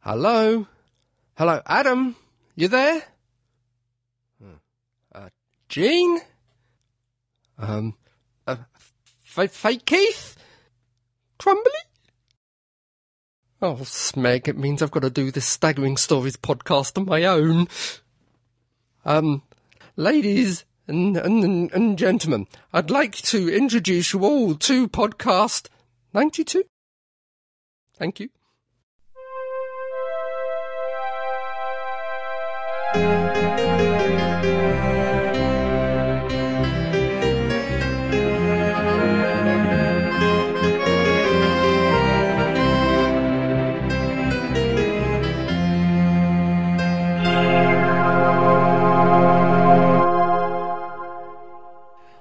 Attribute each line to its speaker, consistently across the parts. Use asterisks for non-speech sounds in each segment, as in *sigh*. Speaker 1: Hello? Hello, Adam? You there? Hmm. Uh, Gene? Um, uh, f- fake Keith? Crumbly? Oh, smeg, it means I've got to do this Staggering Stories podcast on my own. Um, ladies and, and, and gentlemen, I'd like to introduce you all to podcast 92. Thank you.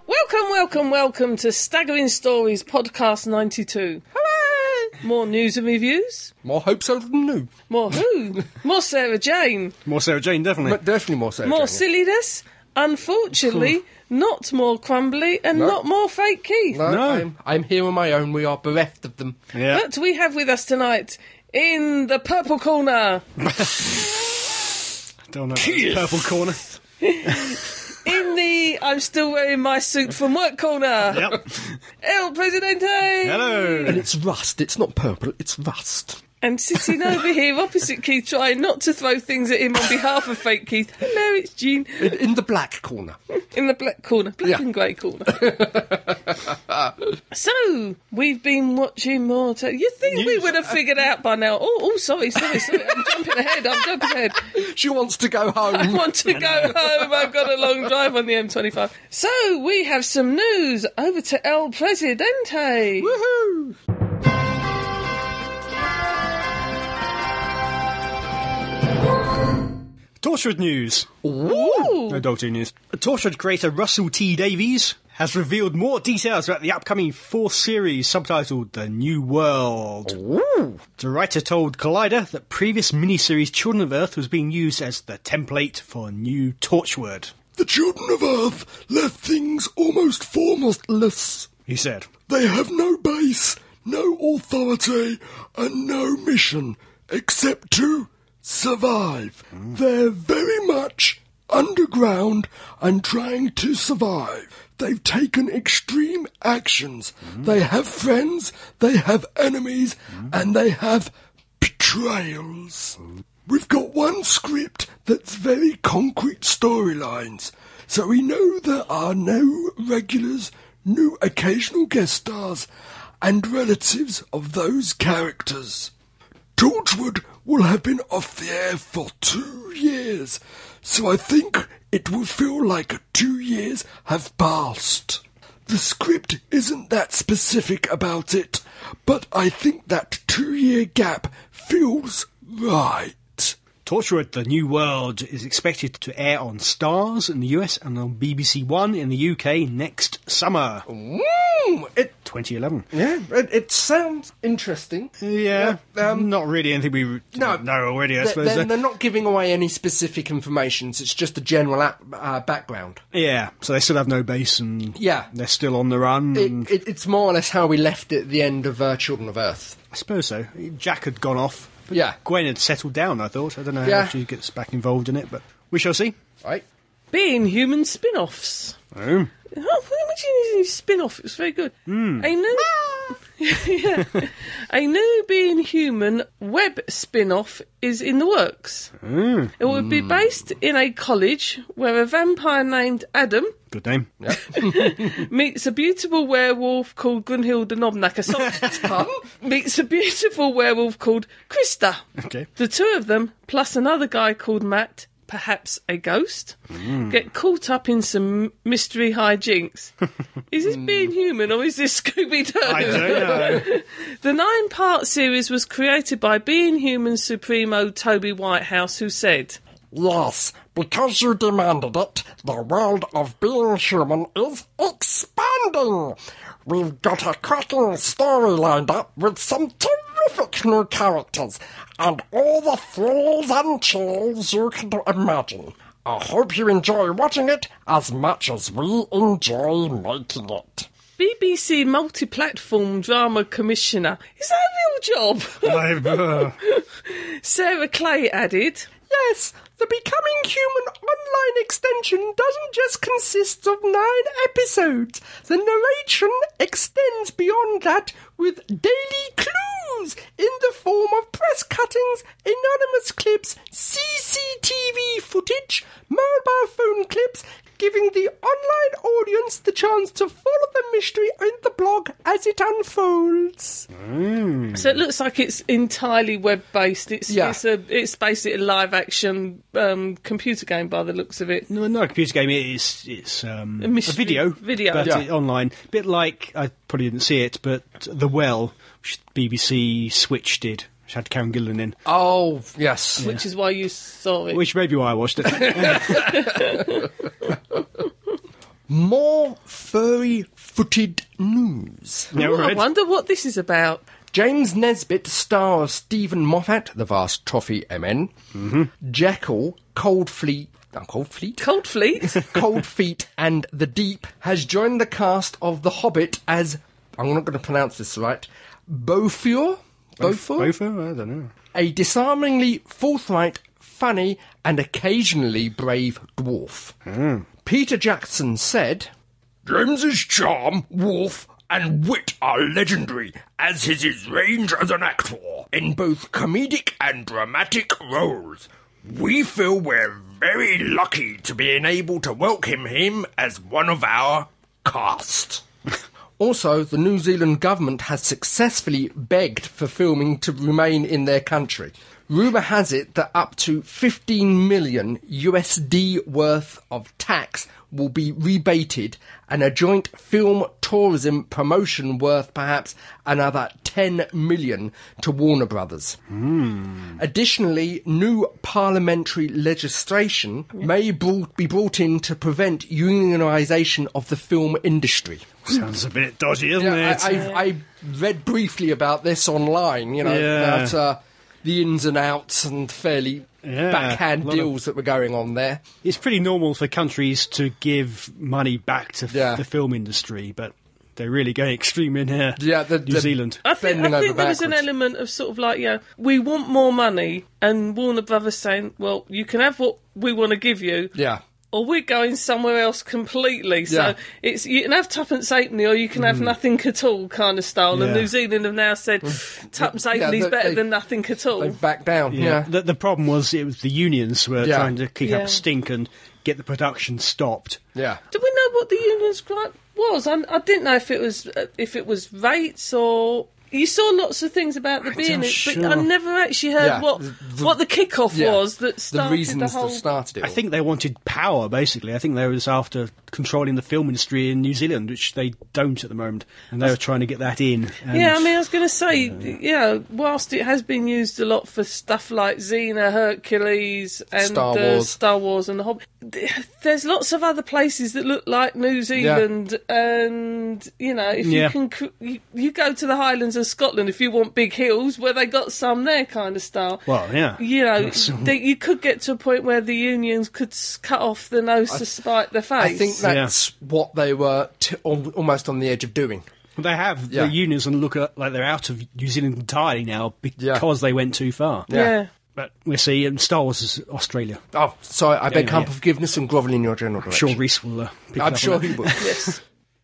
Speaker 2: Welcome, welcome, welcome to Staggering Stories Podcast 92.
Speaker 1: Hooray!
Speaker 2: More news and reviews,
Speaker 1: More hope so than new. *laughs*
Speaker 2: more who, more Sarah Jane,
Speaker 3: More Sarah Jane, definitely.
Speaker 1: But definitely more so.
Speaker 2: more
Speaker 1: Jane.
Speaker 2: silliness,
Speaker 1: *laughs*
Speaker 2: unfortunately, not more crumbly, and
Speaker 1: No.
Speaker 2: not more fake Keith.
Speaker 1: No,
Speaker 3: No.
Speaker 1: Uh, I'm, I'm here on my own. We are bereft of them.
Speaker 3: yeah.
Speaker 2: But we have with us tonight in the purple corner,
Speaker 3: Don't know. It's Purple corner.
Speaker 2: in the I'm still wearing my suit from work corner,
Speaker 3: Yep.
Speaker 2: El Presidente!
Speaker 3: Hello.
Speaker 1: And it's rust. It's not purple. It's rust.
Speaker 2: And sitting over
Speaker 1: *laughs*
Speaker 2: here opposite Keith, trying not to throw things at him on behalf of fake Keith. Hello, it's Jean.
Speaker 1: In, in the black corner.
Speaker 2: in the black corner, black
Speaker 1: Yeah.
Speaker 2: and grey corner. *laughs* so we've been watching more. Te- you think we
Speaker 3: News.
Speaker 2: would have figured out by now? Oh, oh, sorry, sorry, sorry. I'm jumping ahead. I'm
Speaker 1: *laughs*
Speaker 2: jumping ahead.
Speaker 1: She wants to go
Speaker 2: I
Speaker 1: home.
Speaker 2: want to go home. I've got a long drive on the M25. So we have some news. Over to El Presidente.
Speaker 1: Woohoo!
Speaker 3: Tortured news.
Speaker 2: Ooh.
Speaker 3: No Doctor Who news. Tortured creator Russell T Davies has revealed more details about the upcoming fourth series subtitled The New World.
Speaker 1: Ooh.
Speaker 3: The writer told Collider that previous miniseries Children of Earth was being used as the template for a new Torchwood.
Speaker 1: The children of Earth left things almost formless.
Speaker 3: He said.
Speaker 1: They have no base, no authority, and no mission except to survive. They're very much underground and trying to survive. They've taken extreme actions. They have friends, they have enemies, and they have betrayals. We've got one script that's very concrete storylines, so we know there are no regulars, no occasional guest stars, and relatives of those characters. Torchwood will have been off the air for two years, so I think it will feel like two years have passed. The script isn't that specific about it, but I think that two year gap feels right.
Speaker 3: Torchwood The New World is expected to air on Stars in the US and on BBC One in the UK next summer,
Speaker 1: Mm, it
Speaker 3: 2011.
Speaker 1: yeah, it, it sounds interesting.
Speaker 3: Yeah, mm-hmm.
Speaker 1: Yeah,
Speaker 3: not really anything we re-
Speaker 1: No.
Speaker 3: know already, I
Speaker 1: They're,
Speaker 3: suppose. eh?
Speaker 1: they're-
Speaker 3: though.
Speaker 1: they're not giving away any specific information. so It's just a general ap- uh, background.
Speaker 3: yeah, so they still have no base and
Speaker 1: Yeah.
Speaker 3: they're still on the run. and-
Speaker 1: It, it, it's more or less how we left it at the end of uh, Children of Earth.
Speaker 3: I suppose so. Jack had gone off. But
Speaker 1: Yeah.
Speaker 3: Gwen had settled down, I thought. I don't know
Speaker 1: Yeah.
Speaker 3: how she gets back involved in it, but we shall see.
Speaker 1: Right?
Speaker 2: Being human spin offs.
Speaker 3: Oh.
Speaker 2: Oh, why would you need a spin-off? It was very good. A new, *laughs* yeah, a new Being Human web spin-off is in the works. It will be based in a college where a vampire named Adam
Speaker 3: Good name.
Speaker 2: meets a beautiful werewolf called Gunhilda Knobnacker. Sorry, meets a beautiful werewolf called Krista.
Speaker 3: Okay.
Speaker 2: The two of them, plus another guy called Matt, perhaps a ghost,
Speaker 3: Mm.
Speaker 2: get caught up in some mystery
Speaker 3: *laughs*
Speaker 2: hijinks. is this being human or is this Scooby
Speaker 3: I
Speaker 2: Doo?
Speaker 3: don't know.
Speaker 1: *laughs*
Speaker 2: The nine part series was created by Being Human Supremo Toby Whitehouse, who said,
Speaker 4: Yes, because you demanded it, the world of being human is expanding. We've got a cracking story lined up with some terrific new characters and all the thrills and chills you can imagine. I hope you enjoy watching it as much as we enjoy making it.
Speaker 2: BBC multi platform drama commissioner. Is that a real job?
Speaker 3: I- uh,
Speaker 2: *laughs* Sarah Clay added,
Speaker 4: Yes, the Becoming Human online extension doesn't just consist of nine episodes. The narration extends beyond that with daily clues in the form of press cuttings, anonymous clips, CCTV footage, mobile phone clips, giving the online audience the chance to follow the mystery in the blog as it unfolds.
Speaker 3: Mm.
Speaker 2: So it looks like it's entirely web based. It's
Speaker 4: Yeah.
Speaker 2: it's a it's basically a live action um, computer game by the looks of it.
Speaker 3: No, not a computer game. It's it's um,
Speaker 2: A
Speaker 3: a,
Speaker 2: mystery
Speaker 3: video,
Speaker 2: video.
Speaker 3: but
Speaker 2: Yeah.
Speaker 3: it- online. Bit like I probably didn't see it, but the well, which BBC Switch did, which had Karen Gillan in,
Speaker 1: Oh, yes.
Speaker 2: Which is why you saw it.
Speaker 3: which may be why I watched
Speaker 1: *laughs*
Speaker 3: it.
Speaker 1: More furry footed news.
Speaker 3: no,
Speaker 2: Ooh, Oh, I
Speaker 3: right.
Speaker 2: wonder what this is about.
Speaker 1: James Nesbitt, star of Stephen Moffat, the vast toffee MN,
Speaker 3: Mm-hmm.
Speaker 1: Jekyll, Coldfleet, uh,
Speaker 3: *laughs*
Speaker 1: Coldfleet,
Speaker 2: Cold
Speaker 1: *laughs*
Speaker 2: Fleet.
Speaker 1: Cold Feet, and The Deep, has joined the cast of The Hobbit as I'm not going to pronounce this right, Beaufort, Beaufort,
Speaker 3: Both of them? I don't know.
Speaker 1: a disarmingly forthright, funny, and occasionally brave dwarf. Peter Jackson said, James's charm, wharf, and wit are legendary, as is his range as an actor in both comedic and dramatic roles. We feel we're very lucky to be enabled to welcome him as one of our cast. also, the New Zealand government has successfully begged for filming to remain in their country. Rumour has it that up to 15 million USD worth of tax will be rebated and a joint film tourism promotion worth perhaps another 10 million to Warner Brothers. Additionally, new parliamentary legislation may brought, be brought in to prevent unionisation of the film industry.
Speaker 3: Sounds a bit dodgy, doesn't
Speaker 1: Yeah,
Speaker 3: it?
Speaker 1: I, I, I read briefly about this online, you know,
Speaker 3: Yeah.
Speaker 1: about uh, the ins and outs and fairly
Speaker 3: Yeah,
Speaker 1: backhand
Speaker 3: a lot of-
Speaker 1: deals that were going on there.
Speaker 3: it's pretty normal for countries to give money back to f-
Speaker 1: Yeah.
Speaker 3: the film industry, but they're really going extreme in here.
Speaker 1: Yeah, the-
Speaker 3: New
Speaker 1: the-
Speaker 3: Zealand.
Speaker 2: I think,
Speaker 1: Bending
Speaker 2: I
Speaker 1: over
Speaker 2: think there was an
Speaker 1: backwards.
Speaker 2: element of sort of like, you know, we want more money, and Warner Brothers saying, well, you can have what we want to give you,
Speaker 1: Yeah.
Speaker 2: or we're going somewhere else completely. So
Speaker 1: Yeah. Mm.
Speaker 2: it's you can have tuppence halfpenny, or you can have nothing at all kind of style. And
Speaker 3: Yeah.
Speaker 2: New Zealand have now said tuppence halfpenny's
Speaker 1: Mm. they-
Speaker 2: better
Speaker 1: they-
Speaker 2: than nothing at all.
Speaker 1: They back down. Yeah.
Speaker 3: The, the problem was it was the unions were
Speaker 1: Yeah.
Speaker 3: trying to kick
Speaker 2: Yeah.
Speaker 3: up a stink and get the production stopped.
Speaker 1: Yeah.
Speaker 2: Do we know what the union's gripe was? I, I didn't know if it was uh, if it was rates or. You saw lots of things about the being,
Speaker 3: sure.
Speaker 2: but I never actually heard
Speaker 1: Yeah,
Speaker 2: what
Speaker 1: the-
Speaker 2: what the kickoff
Speaker 1: Yeah.
Speaker 2: was that started
Speaker 1: the reasons
Speaker 2: whole.
Speaker 1: that started it.
Speaker 3: I
Speaker 1: all.
Speaker 3: think they wanted power, basically. I think they was after controlling the film industry in New Zealand, which they don't at the moment, and they were trying to get that in. And
Speaker 2: Yeah, I mean, I was going to say, yeah, whilst it has been used a lot for stuff like Xena, Hercules, and
Speaker 1: Star
Speaker 2: uh,
Speaker 1: Wars.
Speaker 2: Star Wars and the Hobbit, th- there's lots of other places that look like New Zealand, and you know, if you
Speaker 3: Yeah.
Speaker 2: can, cr- you, you go to the Highlands of Scotland if you want big hills where they got some there kind of style.
Speaker 3: Well, yeah.
Speaker 2: You know,
Speaker 3: That's-
Speaker 2: they, you could get to a point where the unions could s- cut off the nose to spite the face.
Speaker 1: I think that's what they were t- al- almost on the edge of doing.
Speaker 3: They have
Speaker 1: Yeah.
Speaker 3: the unions and look at, like they're out of New Zealand entirely now because
Speaker 1: Yeah.
Speaker 3: they went too far.
Speaker 1: Yeah.
Speaker 2: yeah.
Speaker 3: But we see, and Star Wars is Australia.
Speaker 1: Oh, sorry, I beg
Speaker 3: yeah,
Speaker 1: humble
Speaker 3: yeah.
Speaker 1: forgiveness and grovel in your general
Speaker 3: I'm
Speaker 1: direction.
Speaker 3: sure Reese will uh, pick it up
Speaker 1: I'm
Speaker 3: on
Speaker 1: sure
Speaker 3: that.
Speaker 1: he
Speaker 3: *laughs*
Speaker 1: would. *laughs*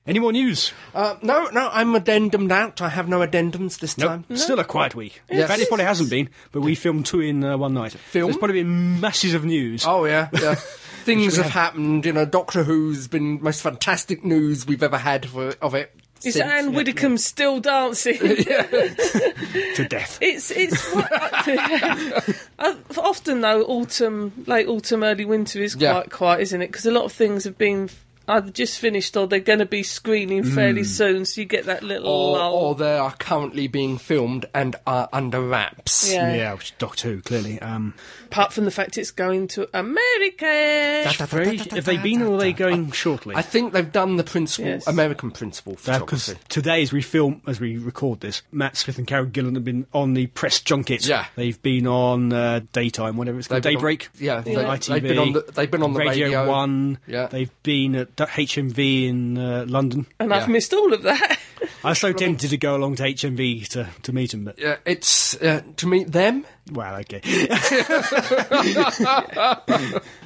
Speaker 3: Any more news?
Speaker 1: uh, no, no, I'm addendumed out. I have no addendums this
Speaker 3: Nope.
Speaker 1: time.
Speaker 3: Still a quiet week. In
Speaker 1: Yes.
Speaker 3: fact, it probably hasn't been, but we filmed two in uh, one night.
Speaker 1: Film?
Speaker 3: There's probably been masses of news.
Speaker 1: *laughs* Oh yeah,
Speaker 3: *laughs*
Speaker 1: yeah. Things have happened. You know, Doctor Who's been most fantastic news we've ever had for, of it.
Speaker 2: Is
Speaker 1: since. *laughs*
Speaker 2: Anne Widdecombe still dancing?
Speaker 3: To death.
Speaker 2: It's it's what, *laughs* Uh, often though autumn, late autumn, early winter is
Speaker 1: Yeah.
Speaker 2: quite quiet, isn't it? Because a lot of things have been either just finished or they're going to be screening fairly soon, so you get that little
Speaker 1: Mm.
Speaker 2: oh,
Speaker 1: or,
Speaker 2: lull.
Speaker 1: or they are currently being filmed and are under wraps.
Speaker 2: yeah.
Speaker 3: Yeah, which is Doctor Who, clearly. Um,
Speaker 2: Apart from the fact it's going to America.
Speaker 1: Da, da, da, da,
Speaker 3: very,
Speaker 1: da,
Speaker 3: have they
Speaker 1: da,
Speaker 3: been
Speaker 1: da,
Speaker 3: or are they
Speaker 1: da.
Speaker 3: going shortly? Uh,
Speaker 1: I think they've done the principal
Speaker 2: Yes.
Speaker 1: American principal
Speaker 3: Because
Speaker 1: photography.
Speaker 3: today, as we film, as we record this, Matt Smith and Carol Gillan have been on the press junket.
Speaker 1: Yeah.
Speaker 3: they've been on uh, daytime, whatever it's called,
Speaker 1: They've been
Speaker 3: daybreak.
Speaker 1: on- yeah, they-
Speaker 3: ITV,
Speaker 1: they've been on the- they've been on the radio.
Speaker 3: One.
Speaker 1: Yeah.
Speaker 3: they've been at HMV in uh, London.
Speaker 2: and
Speaker 1: yeah.
Speaker 2: I've missed all of that. *laughs*
Speaker 3: I was so
Speaker 1: Really-
Speaker 3: tempted to go along to HMV to, to meet him, but
Speaker 1: Uh, it's uh, to meet them.
Speaker 3: well, okay. *laughs*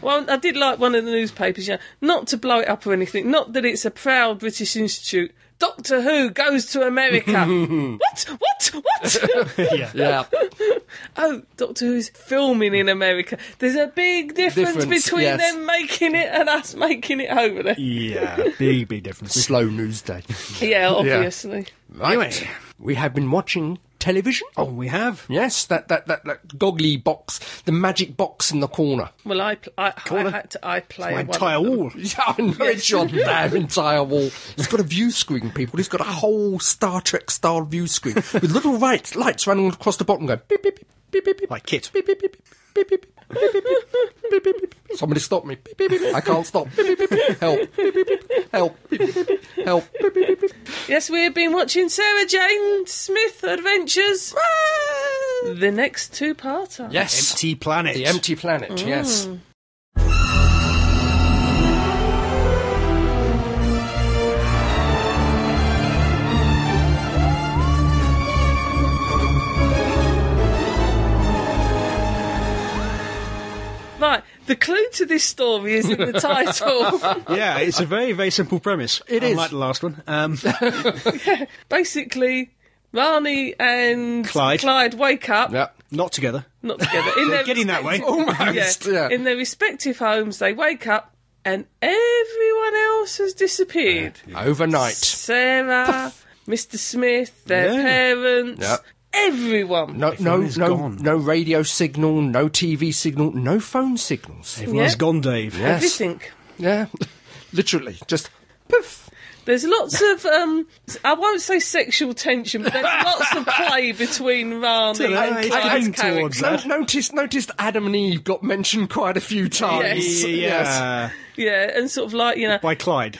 Speaker 2: Well, I did like one of the newspapers, yeah. Not to blow it up or anything, not that it's a proud British institute. Doctor Who goes
Speaker 1: *laughs*
Speaker 2: to America. what? What? What? *laughs*
Speaker 3: yeah.
Speaker 1: Yeah,
Speaker 3: *laughs*
Speaker 2: oh, Doctor Who's filming in America. There's a big difference,
Speaker 1: Difference,
Speaker 2: between
Speaker 1: yes.
Speaker 2: them making it and us making it over there.
Speaker 3: Yeah, big, big difference.
Speaker 1: slow news day.
Speaker 2: Yeah, obviously.
Speaker 1: Right.
Speaker 3: Anyway.
Speaker 1: we have been watching television.
Speaker 3: Oh, we have.
Speaker 1: Yes, that, that, that, that goggly box, the magic box in the corner.
Speaker 2: Well, I, pl- I, I had to. I play
Speaker 3: eh? My
Speaker 2: one.
Speaker 3: entire wall.
Speaker 1: *laughs* Yeah, I know it's your damn entire wall. It's got a view screen, people. It's got a whole Star Trek style view screen with little right, lights running across the bottom going beep, beep, beep, beep, beep, beep,
Speaker 3: Like Kit.
Speaker 1: beep, beep, beep, beep, beep, beep, beep, beep, beep, beep, beep, beep. Somebody stop me. Beep, beep, beep. I can't stop. Beep, beep, beep. Help. Beep, beep, beep. Help. Beep, beep, beep. Help. Beep, beep, beep, beep.
Speaker 2: Yes, we have been watching Sarah Jane Smith Adventures. the next two-parter.
Speaker 1: Yes.
Speaker 3: Empty planet.
Speaker 1: The empty Mm. planet, yes.
Speaker 2: Right. The clue to this story is in the
Speaker 3: *laughs*
Speaker 2: title.
Speaker 3: yeah, it's a very, very simple premise. It
Speaker 1: is.
Speaker 3: Like the last one. *laughs* Um,
Speaker 2: Basically, Rani and
Speaker 3: Clyde.
Speaker 2: wake up,
Speaker 1: Yeah.
Speaker 3: not together.
Speaker 2: not together.
Speaker 3: *laughs*
Speaker 2: In their
Speaker 3: Getting that way.
Speaker 2: respective-
Speaker 1: Almost, yeah.
Speaker 2: In their respective homes, they wake up and everyone else has disappeared.
Speaker 1: Overnight. *laughs*
Speaker 2: Sarah, Mr. Smith, their
Speaker 3: Yeah.
Speaker 2: parents,
Speaker 1: Yeah.
Speaker 2: everyone.
Speaker 1: No, no,
Speaker 3: is
Speaker 1: no,
Speaker 3: gone.
Speaker 1: no radio signal, no TV signal, no phone signals.
Speaker 3: *laughs* Everyone's
Speaker 2: Yeah.
Speaker 3: gone, Dave.
Speaker 1: Yes.
Speaker 2: Everything.
Speaker 1: Yeah, *laughs* literally, just poof.
Speaker 2: There's
Speaker 1: *laughs*
Speaker 2: lots of um, I won't say sexual tension, but there's lots
Speaker 1: *laughs*
Speaker 2: of play between Rani
Speaker 3: Don't know,
Speaker 2: and
Speaker 3: it's
Speaker 2: Clyde's
Speaker 3: coming towards
Speaker 2: character.
Speaker 1: No,
Speaker 3: Sad.
Speaker 1: noticed, noticed Adam and Eve got mentioned quite a few times.
Speaker 2: Yes.
Speaker 3: Yeah.
Speaker 2: Yeah, and sort of
Speaker 1: *laughs*
Speaker 2: like you know,
Speaker 3: By Clyde.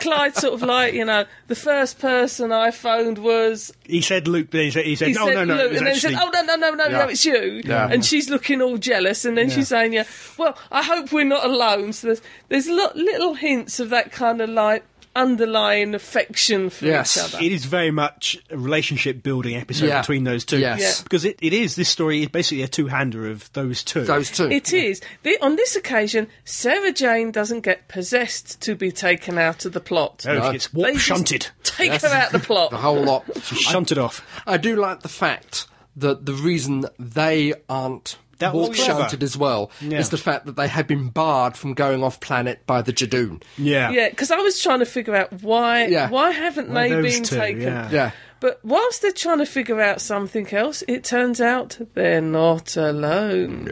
Speaker 2: Clyde sort of like you know, the first person I phoned was
Speaker 3: He said Luke, then he said, he said
Speaker 2: he
Speaker 3: no,
Speaker 2: said
Speaker 3: no, no,
Speaker 2: Luke,
Speaker 3: it was
Speaker 2: and then he said,
Speaker 3: actually-
Speaker 2: oh no, no, no, no,
Speaker 1: Yeah.
Speaker 2: no, it's you,
Speaker 1: Yeah.
Speaker 2: and she's looking all jealous, and then she's saying, yeah, well, I hope we're not alone. So there's there's lot, little hints of that kind of like underlying affection for
Speaker 1: Yes.
Speaker 2: each other.
Speaker 3: It is very much a relationship building episode
Speaker 1: Yeah.
Speaker 3: between those two.
Speaker 1: Yes. Yeah.
Speaker 3: Because it, it is, this story is basically a two hander of those two.
Speaker 1: Those two.
Speaker 2: It is. The, on this occasion, Sarah Jane doesn't get possessed to be taken out of the plot.
Speaker 3: No,
Speaker 1: No.
Speaker 3: she gets
Speaker 2: They
Speaker 3: warp
Speaker 2: just
Speaker 3: shunted.
Speaker 2: Take her out the
Speaker 3: *laughs*
Speaker 2: plot.
Speaker 1: the whole lot.
Speaker 3: Shunted off.
Speaker 1: I do like the fact that the reason they aren't
Speaker 3: That was
Speaker 1: walk
Speaker 3: clever.
Speaker 1: shunted as well
Speaker 3: Yeah.
Speaker 1: is the fact that they had been barred from going off planet by the Jadoon.
Speaker 3: Yeah.
Speaker 2: Yeah, because I was trying to figure out why
Speaker 1: Yeah.
Speaker 2: why haven't
Speaker 3: Why
Speaker 2: they
Speaker 3: those
Speaker 2: been
Speaker 3: two,
Speaker 2: taken?
Speaker 3: yeah.
Speaker 1: Yeah.
Speaker 2: But whilst they're trying to figure out something else, it turns out they're not alone.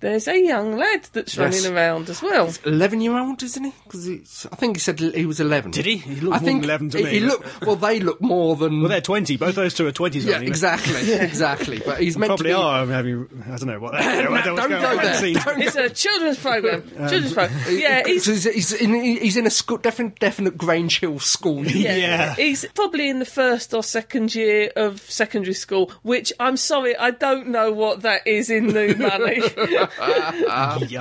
Speaker 2: There's a young lad that's
Speaker 1: Yes.
Speaker 2: running around as well.
Speaker 1: Eleven-year-old, isn't he? Because I think he said he was eleven.
Speaker 3: Did he? He looked
Speaker 1: I
Speaker 3: more
Speaker 1: think
Speaker 3: than 11 to
Speaker 1: he,
Speaker 3: me,
Speaker 1: He
Speaker 3: but-
Speaker 1: looked well. They look more than
Speaker 3: Well, they're 20. Both those two are 20s.
Speaker 1: Yeah,
Speaker 3: aren't they?
Speaker 1: exactly, *laughs* exactly. But he's meant
Speaker 3: Probably
Speaker 1: to be.
Speaker 3: are. I'm having, I don't know what. I don't know what's
Speaker 1: don't
Speaker 3: going
Speaker 1: go
Speaker 3: on behind the
Speaker 1: there.
Speaker 3: scenes.
Speaker 2: *laughs* It's a children's program.
Speaker 3: Um,
Speaker 2: children's program. Yeah, he's
Speaker 1: So he's, he's in, he's in a school, definite, definite Grange Hill school.
Speaker 2: Yeah.
Speaker 3: Yeah.
Speaker 2: He's probably in the first or second year of secondary school, which I'm sorry, I don't know what that is in
Speaker 3: *laughs*
Speaker 2: new money.
Speaker 3: yeah,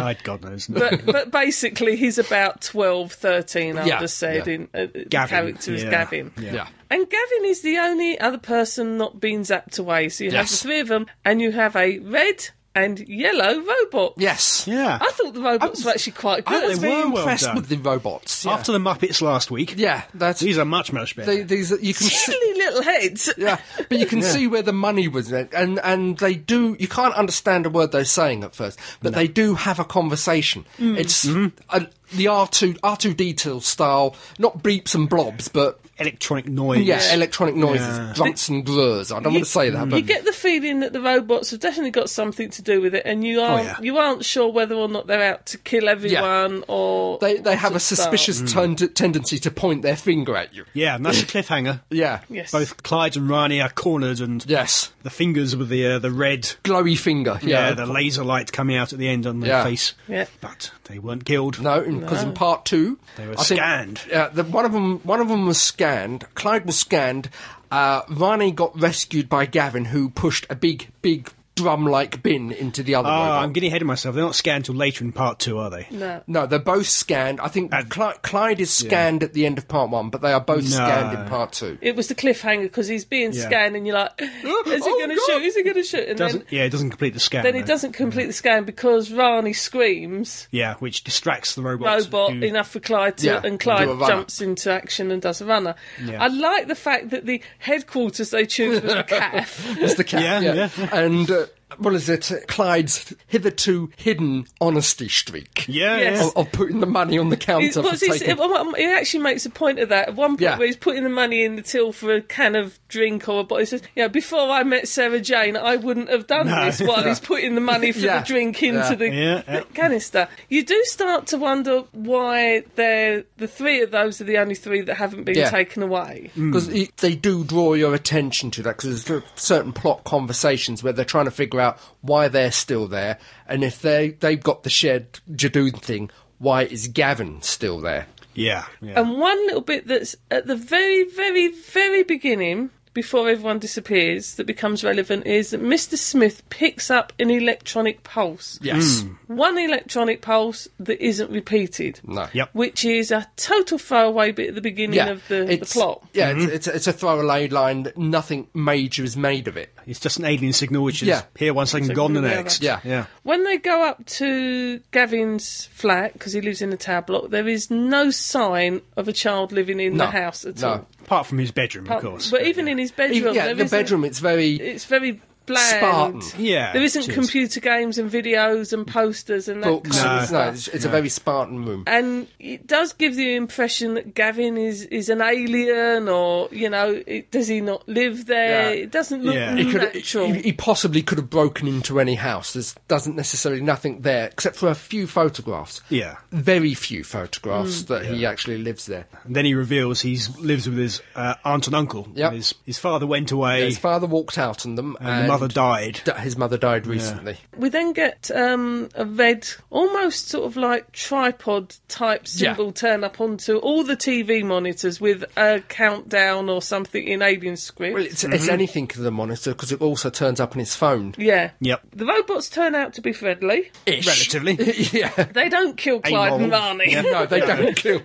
Speaker 3: I'd- God knows.
Speaker 2: but, but basically, he's about 12, 13, I
Speaker 1: Yeah,
Speaker 2: would have said.
Speaker 1: yeah.
Speaker 2: In, uh, the
Speaker 3: Gavin,
Speaker 2: character is
Speaker 3: yeah,
Speaker 2: Gavin.
Speaker 3: yeah.
Speaker 1: Yeah.
Speaker 2: And Gavin is the only other person not being zapped away. So you
Speaker 1: Yes.
Speaker 2: have the three of them, and you have a red and yellow robot.
Speaker 1: Yes.
Speaker 3: *laughs* Yeah.
Speaker 2: I thought the robots were actually quite
Speaker 1: I
Speaker 2: good.
Speaker 1: was
Speaker 3: They
Speaker 1: very
Speaker 3: were well
Speaker 1: impressed
Speaker 3: done.
Speaker 1: with the robots. Yeah.
Speaker 3: After the Muppets last week,
Speaker 1: yeah, that's
Speaker 3: these are much, much better.
Speaker 1: they, these. You
Speaker 3: *laughs*
Speaker 1: can see,
Speaker 2: Silly little heads.
Speaker 1: *laughs* yeah, but you can see where the money was, at. and and they do. You can't understand a word they're saying at first, but they do have a conversation. It's
Speaker 3: Mm-hmm.
Speaker 1: uh the R two R two D two style, not bleeps and blobs, but
Speaker 3: Electronic noise.
Speaker 1: yeah, electronic noises,
Speaker 3: Yeah.
Speaker 1: grunts and grurs. I don't want to say that,
Speaker 2: You
Speaker 1: but
Speaker 2: get the feeling that the robots have definitely got something to do with it, and you aren't
Speaker 3: Oh, yeah.
Speaker 2: you aren't sure whether or not they're out to kill everyone or
Speaker 1: they they have
Speaker 2: to
Speaker 1: a Mm.
Speaker 2: start.
Speaker 1: suspicious tend- tendency to point their finger at you.
Speaker 3: Yeah, and that's a cliffhanger.
Speaker 1: Yeah.
Speaker 2: Yes,
Speaker 3: Both Clyde and Rani are cornered, and
Speaker 1: Yes.
Speaker 3: the fingers with the uh, the red.
Speaker 1: Glowy finger.
Speaker 3: Yeah,
Speaker 1: Yeah.
Speaker 3: the laser light coming out at the end on their
Speaker 1: Yeah.
Speaker 3: face.
Speaker 2: Yeah.
Speaker 3: But they weren't killed.
Speaker 1: no, because in part two,
Speaker 3: They were
Speaker 1: I think-
Speaker 3: scanned.
Speaker 1: Yeah, the, one of them, one of them was scanned. Clyde was scanned. Uh, Rani got rescued by Gavin, who pushed a big, big drum-like bin into the other
Speaker 3: Oh,
Speaker 1: robot.
Speaker 3: I'm getting ahead of myself. They're not scanned till later in part two, are they?
Speaker 2: No.
Speaker 1: No, they're both scanned. I think Clyde, Clyde is scanned at the end of part one, but they are both scanned in part two.
Speaker 2: It was the cliffhanger because he's being
Speaker 3: Yeah.
Speaker 2: scanned, and you're like, *laughs* "Is he
Speaker 1: Oh,
Speaker 2: going to
Speaker 1: God.
Speaker 2: shoot? Is he going to shoot?" And
Speaker 3: Doesn't,
Speaker 2: then,
Speaker 3: yeah, it doesn't complete the scan.
Speaker 2: then he
Speaker 3: though.
Speaker 2: doesn't complete the scan because Rani screams
Speaker 3: Yeah, which distracts the robot.
Speaker 2: robot
Speaker 3: who-
Speaker 2: enough for Clyde to,
Speaker 1: Yeah,
Speaker 2: and
Speaker 1: do a
Speaker 2: Clyde
Speaker 1: runner.
Speaker 2: jumps into action and does a runner.
Speaker 3: Yeah.
Speaker 2: I like the fact that the headquarters they choose was the CAF.
Speaker 1: It's the cat.
Speaker 3: Yeah,
Speaker 1: yeah. And uh, what is it? Clyde's hitherto hidden honesty streak
Speaker 3: Yeah,
Speaker 2: Yes.
Speaker 3: yeah. Oh,
Speaker 1: of, of putting the money on the
Speaker 2: It,
Speaker 1: counter for
Speaker 2: what's his,
Speaker 1: taking.
Speaker 2: it, um, it actually makes a point of that. At one point,
Speaker 1: Yeah.
Speaker 2: where he's putting the money in the till for a can of drink or a bottle, he says, "Yeah, before I met Sarah Jane, I wouldn't have done
Speaker 3: No.
Speaker 2: this." While
Speaker 1: *laughs*
Speaker 2: he's putting the money for
Speaker 1: Yeah.
Speaker 2: the drink into
Speaker 1: Yeah.
Speaker 2: the
Speaker 3: Yeah, yeah.
Speaker 2: *laughs* canister, you do start to wonder why they're the three of those are the only three that haven't been
Speaker 1: Yeah.
Speaker 2: taken away.
Speaker 1: Because it- they do draw your attention to that, because there's certain plot conversations where they're trying to figure out why they're still there, and if they, they've got the shared Jadoon thing, why is Gavin still there?
Speaker 3: Yeah, yeah.
Speaker 2: And one little bit that's at the very, very, very beginning, before everyone disappears, that becomes relevant is that Mr. Smith picks up an electronic pulse.
Speaker 1: Yes.
Speaker 2: One electronic pulse that isn't repeated.
Speaker 1: No.
Speaker 3: Yep.
Speaker 2: Which is a total throwaway bit at the beginning of the, the
Speaker 1: it's-
Speaker 2: plot.
Speaker 1: Yeah,
Speaker 3: Mm-hmm.
Speaker 1: it's, it's, it's a throwaway line. that Nothing major is made of it.
Speaker 3: It's just an alien signal which is
Speaker 1: Yeah.
Speaker 3: here one second, gone the
Speaker 2: the other.
Speaker 3: next.
Speaker 1: Yeah.
Speaker 3: yeah.
Speaker 2: When they go up to Gavin's flat, because he lives in a tower block, there is no sign of a child living in
Speaker 1: No.
Speaker 2: the house at
Speaker 1: No.
Speaker 2: all.
Speaker 3: Apart from his bedroom, of course.
Speaker 2: But even in his bedroom,
Speaker 1: Even- yeah,
Speaker 2: there
Speaker 1: the
Speaker 2: isn't-
Speaker 1: bedroom. It's very
Speaker 2: it's very bland.
Speaker 1: Spartan.
Speaker 3: Yeah,
Speaker 2: There isn't
Speaker 3: cheers.
Speaker 2: computer games and videos and posters and that
Speaker 1: books.
Speaker 2: kind
Speaker 1: No,
Speaker 2: of stuff. Uh,
Speaker 1: it's, it's a very Spartan room.
Speaker 2: And it does give the impression that Gavin is, is an alien, or you know, it, does he not live there?
Speaker 1: Yeah.
Speaker 2: It doesn't look
Speaker 3: Yeah. He
Speaker 1: He could-
Speaker 2: natural.
Speaker 1: he, he possibly could have broken into any house. There's doesn't necessarily nothing there except for a few photographs.
Speaker 3: Yeah.
Speaker 1: very few
Speaker 2: Mm.
Speaker 1: photographs that he actually lives there.
Speaker 3: And then he reveals he lives with his uh, aunt and uncle.
Speaker 1: Yep.
Speaker 3: His, his father went away.
Speaker 1: His father walked out on them, and,
Speaker 3: and the mother died.
Speaker 1: d- his mother died recently.
Speaker 2: we then get um, a red, almost sort of like tripod type
Speaker 1: Yeah.
Speaker 2: symbol turn up onto all the TV monitors with a countdown or something in alien script.
Speaker 1: Well, it's, it's anything to the monitor because it also turns up on his phone.
Speaker 2: yeah.
Speaker 3: Yep.
Speaker 2: The robots turn out to be friendly.
Speaker 3: Relatively.
Speaker 1: *laughs* yeah,
Speaker 2: They don't kill *laughs* Clyde and
Speaker 3: Amoral.
Speaker 2: Marnie.
Speaker 1: no, they don't kill.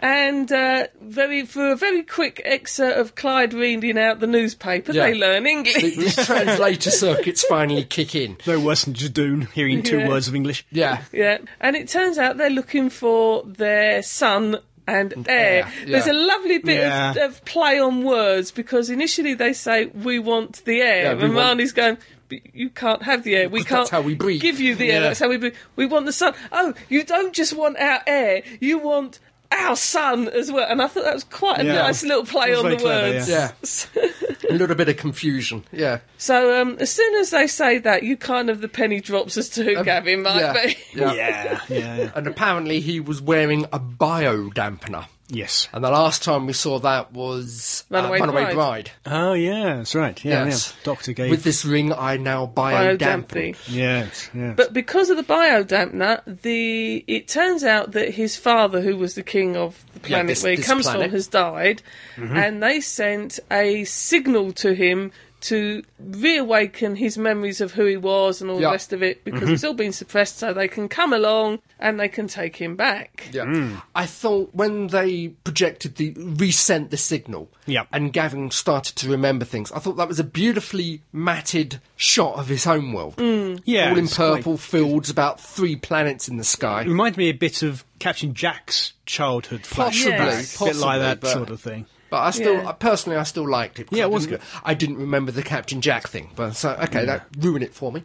Speaker 2: And uh, very for a very quick excerpt of Clyde reading out the newspaper,
Speaker 1: Yeah.
Speaker 2: they learn English.
Speaker 1: These *laughs* translator circuits finally kick in.
Speaker 3: no worse than Jadoon hearing two
Speaker 2: Yeah.
Speaker 3: words of English.
Speaker 1: Yeah.
Speaker 2: *laughs* yeah, and it turns out they're looking for their son and heir.
Speaker 1: heir, yeah.
Speaker 2: There's a lovely bit of,
Speaker 3: Yeah.
Speaker 2: of play on words because initially they say we want the
Speaker 1: Yeah,
Speaker 2: heir,
Speaker 1: we
Speaker 2: and
Speaker 1: want-
Speaker 2: Marnie's going. "But You can't have the heir. We can't.
Speaker 1: that's how we breed."
Speaker 2: Give you the heir.
Speaker 3: Yeah.
Speaker 2: That's how we breed. We want the son. Oh, you don't just want our heir. You want our son as well. And I thought that was quite a
Speaker 3: Yeah.
Speaker 2: nice little play
Speaker 3: It was
Speaker 2: on the
Speaker 3: very clever,
Speaker 2: words. *laughs*
Speaker 1: Yeah. A little bit of confusion. Yeah.
Speaker 2: So um, as soon as they say that, you kind of the penny drops as to who Gavin might
Speaker 1: Uh, yeah. *laughs*
Speaker 2: be.
Speaker 1: yeah.
Speaker 3: Yeah. yeah, yeah.
Speaker 1: And apparently he was wearing a bio dampener.
Speaker 3: Yes.
Speaker 1: And the last time we saw that was uh,
Speaker 2: Runaway
Speaker 1: Runaway
Speaker 2: Bride.
Speaker 1: Bride.
Speaker 3: Oh, yeah, that's right. Yeah,
Speaker 1: Yes.
Speaker 3: yeah. Doctor gave.
Speaker 1: With this ring, I now bio dampen.
Speaker 2: Biodampening.
Speaker 3: Yes, yes.
Speaker 2: But because of the biodampener, the it turns out that his father, who was the king of the planet
Speaker 1: this-
Speaker 2: where he
Speaker 1: this
Speaker 2: comes
Speaker 1: planet. Mm-hmm.
Speaker 2: from, has died, and they sent a signal to him to reawaken his memories of who he was and all
Speaker 1: Yeah. Mm-hmm.
Speaker 2: the rest of it because it's all been suppressed, so they can come along and they can take him back.
Speaker 1: Yeah.
Speaker 3: Hmm.
Speaker 1: I thought when they projected the resent the signal
Speaker 3: Yeah.
Speaker 1: and Gavin started to remember things, I thought that was a beautifully matted shot of his home world.
Speaker 2: Hmm.
Speaker 3: yeah,
Speaker 1: All in
Speaker 3: it's quite-
Speaker 1: purple fields, about three planets in the sky.
Speaker 3: It
Speaker 2: Mm.
Speaker 3: reminded me a bit of Captain Jack's childhood
Speaker 1: Possibly,
Speaker 3: flashback. a bit
Speaker 1: possibly,
Speaker 3: like that
Speaker 1: but-
Speaker 3: sort of thing.
Speaker 1: But I still,
Speaker 2: Yeah.
Speaker 1: I- personally, I still liked it. 'cause
Speaker 3: Yeah,
Speaker 1: I
Speaker 3: it was
Speaker 1: didn't, I didn't remember the Captain Jack thing, but so okay, that ruined it for
Speaker 3: *laughs*
Speaker 1: me.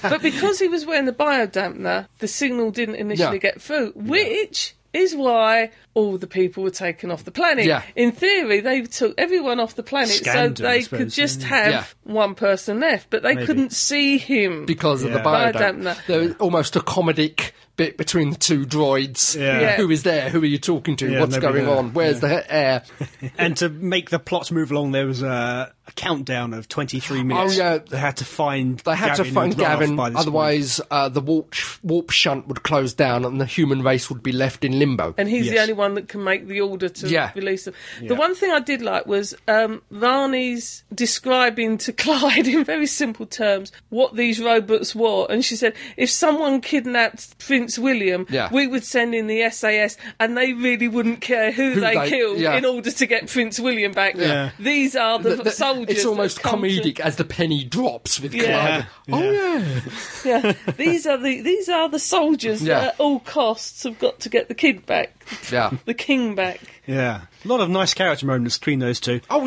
Speaker 2: But because he was wearing the biodampener, the signal didn't initially
Speaker 1: Yeah.
Speaker 2: get through, which is why all the people were taken off the planet.
Speaker 1: Yeah.
Speaker 2: In theory, they took everyone off the planet
Speaker 3: Scanned
Speaker 2: so
Speaker 3: them, I
Speaker 2: they
Speaker 3: suppose,
Speaker 2: could just
Speaker 3: yeah.
Speaker 2: have
Speaker 1: Yeah.
Speaker 2: one person left, but they couldn't see him.
Speaker 1: because of the
Speaker 3: Yeah.
Speaker 1: biodamp.
Speaker 2: Biodamp, no.
Speaker 1: There was almost a comedic bit between the two droids.
Speaker 3: Yeah.
Speaker 2: Yeah.
Speaker 1: Who is there? Who are you talking to?
Speaker 3: Yeah,
Speaker 1: What's
Speaker 3: nobody
Speaker 1: going
Speaker 3: there.
Speaker 1: on? Where's the air?
Speaker 3: *laughs* and to make the plot move along, there was a, a countdown of 23
Speaker 1: Oh,
Speaker 3: minutes.
Speaker 1: yeah.
Speaker 3: They had to find
Speaker 1: They had
Speaker 3: Gavin
Speaker 1: to
Speaker 3: and
Speaker 1: find
Speaker 3: Ralph
Speaker 1: Gavin,
Speaker 3: by this
Speaker 1: otherwise uh, the warp, warp shunt would close down and the human race would be left in limbo.
Speaker 2: and he's the
Speaker 3: Yes.
Speaker 2: only one that can make the order to
Speaker 1: Yeah.
Speaker 2: release them. The one thing I did like was um, Varney's describing to *laughs* Clyde in very simple terms what these robots were, and she said, "If someone kidnapped Prince William,
Speaker 1: Yeah.
Speaker 2: we would send in the SAS, and they really wouldn't care who,
Speaker 1: Who
Speaker 2: they,
Speaker 1: they-
Speaker 2: killed
Speaker 1: yeah.
Speaker 2: in order to get Prince William back.
Speaker 3: Yeah.
Speaker 2: These are the,
Speaker 1: Th- th-
Speaker 2: soldiers.
Speaker 1: it's
Speaker 2: that
Speaker 1: almost
Speaker 2: come to-
Speaker 1: comedic as the penny drops with
Speaker 2: Yeah.
Speaker 1: Clyde. Oh yeah,
Speaker 2: *laughs* yeah, these are the these are the soldiers
Speaker 1: Yeah.
Speaker 2: that at all costs have got to get the kid back,
Speaker 1: yeah.
Speaker 2: the king back.
Speaker 3: One. Yeah. A lot of nice character moments between those two.
Speaker 1: Oh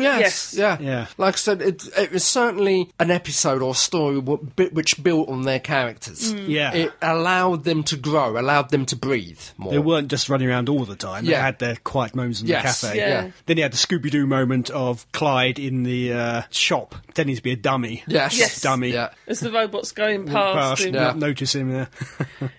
Speaker 1: yes,
Speaker 2: Yes.
Speaker 1: yeah,
Speaker 3: Yeah.
Speaker 1: Like I said, it it was certainly an episode or story w- bit which built on their characters.
Speaker 2: Mm.
Speaker 3: Yeah.
Speaker 1: it allowed them to grow, allowed them to breathe more.
Speaker 3: They weren't just running around all the time. They
Speaker 1: Yeah.
Speaker 3: had their quiet moments in
Speaker 1: Yes,
Speaker 3: the cafe.
Speaker 2: yeah. Yeah.
Speaker 3: Then you had the Scooby Doo moment of Clyde in the uh, shop, pretending to be a dummy.
Speaker 1: Yes.
Speaker 2: Yes.
Speaker 3: Dummy.
Speaker 1: Yeah.
Speaker 2: as the robot's going past,
Speaker 3: Past,
Speaker 2: him.
Speaker 3: not notice him there.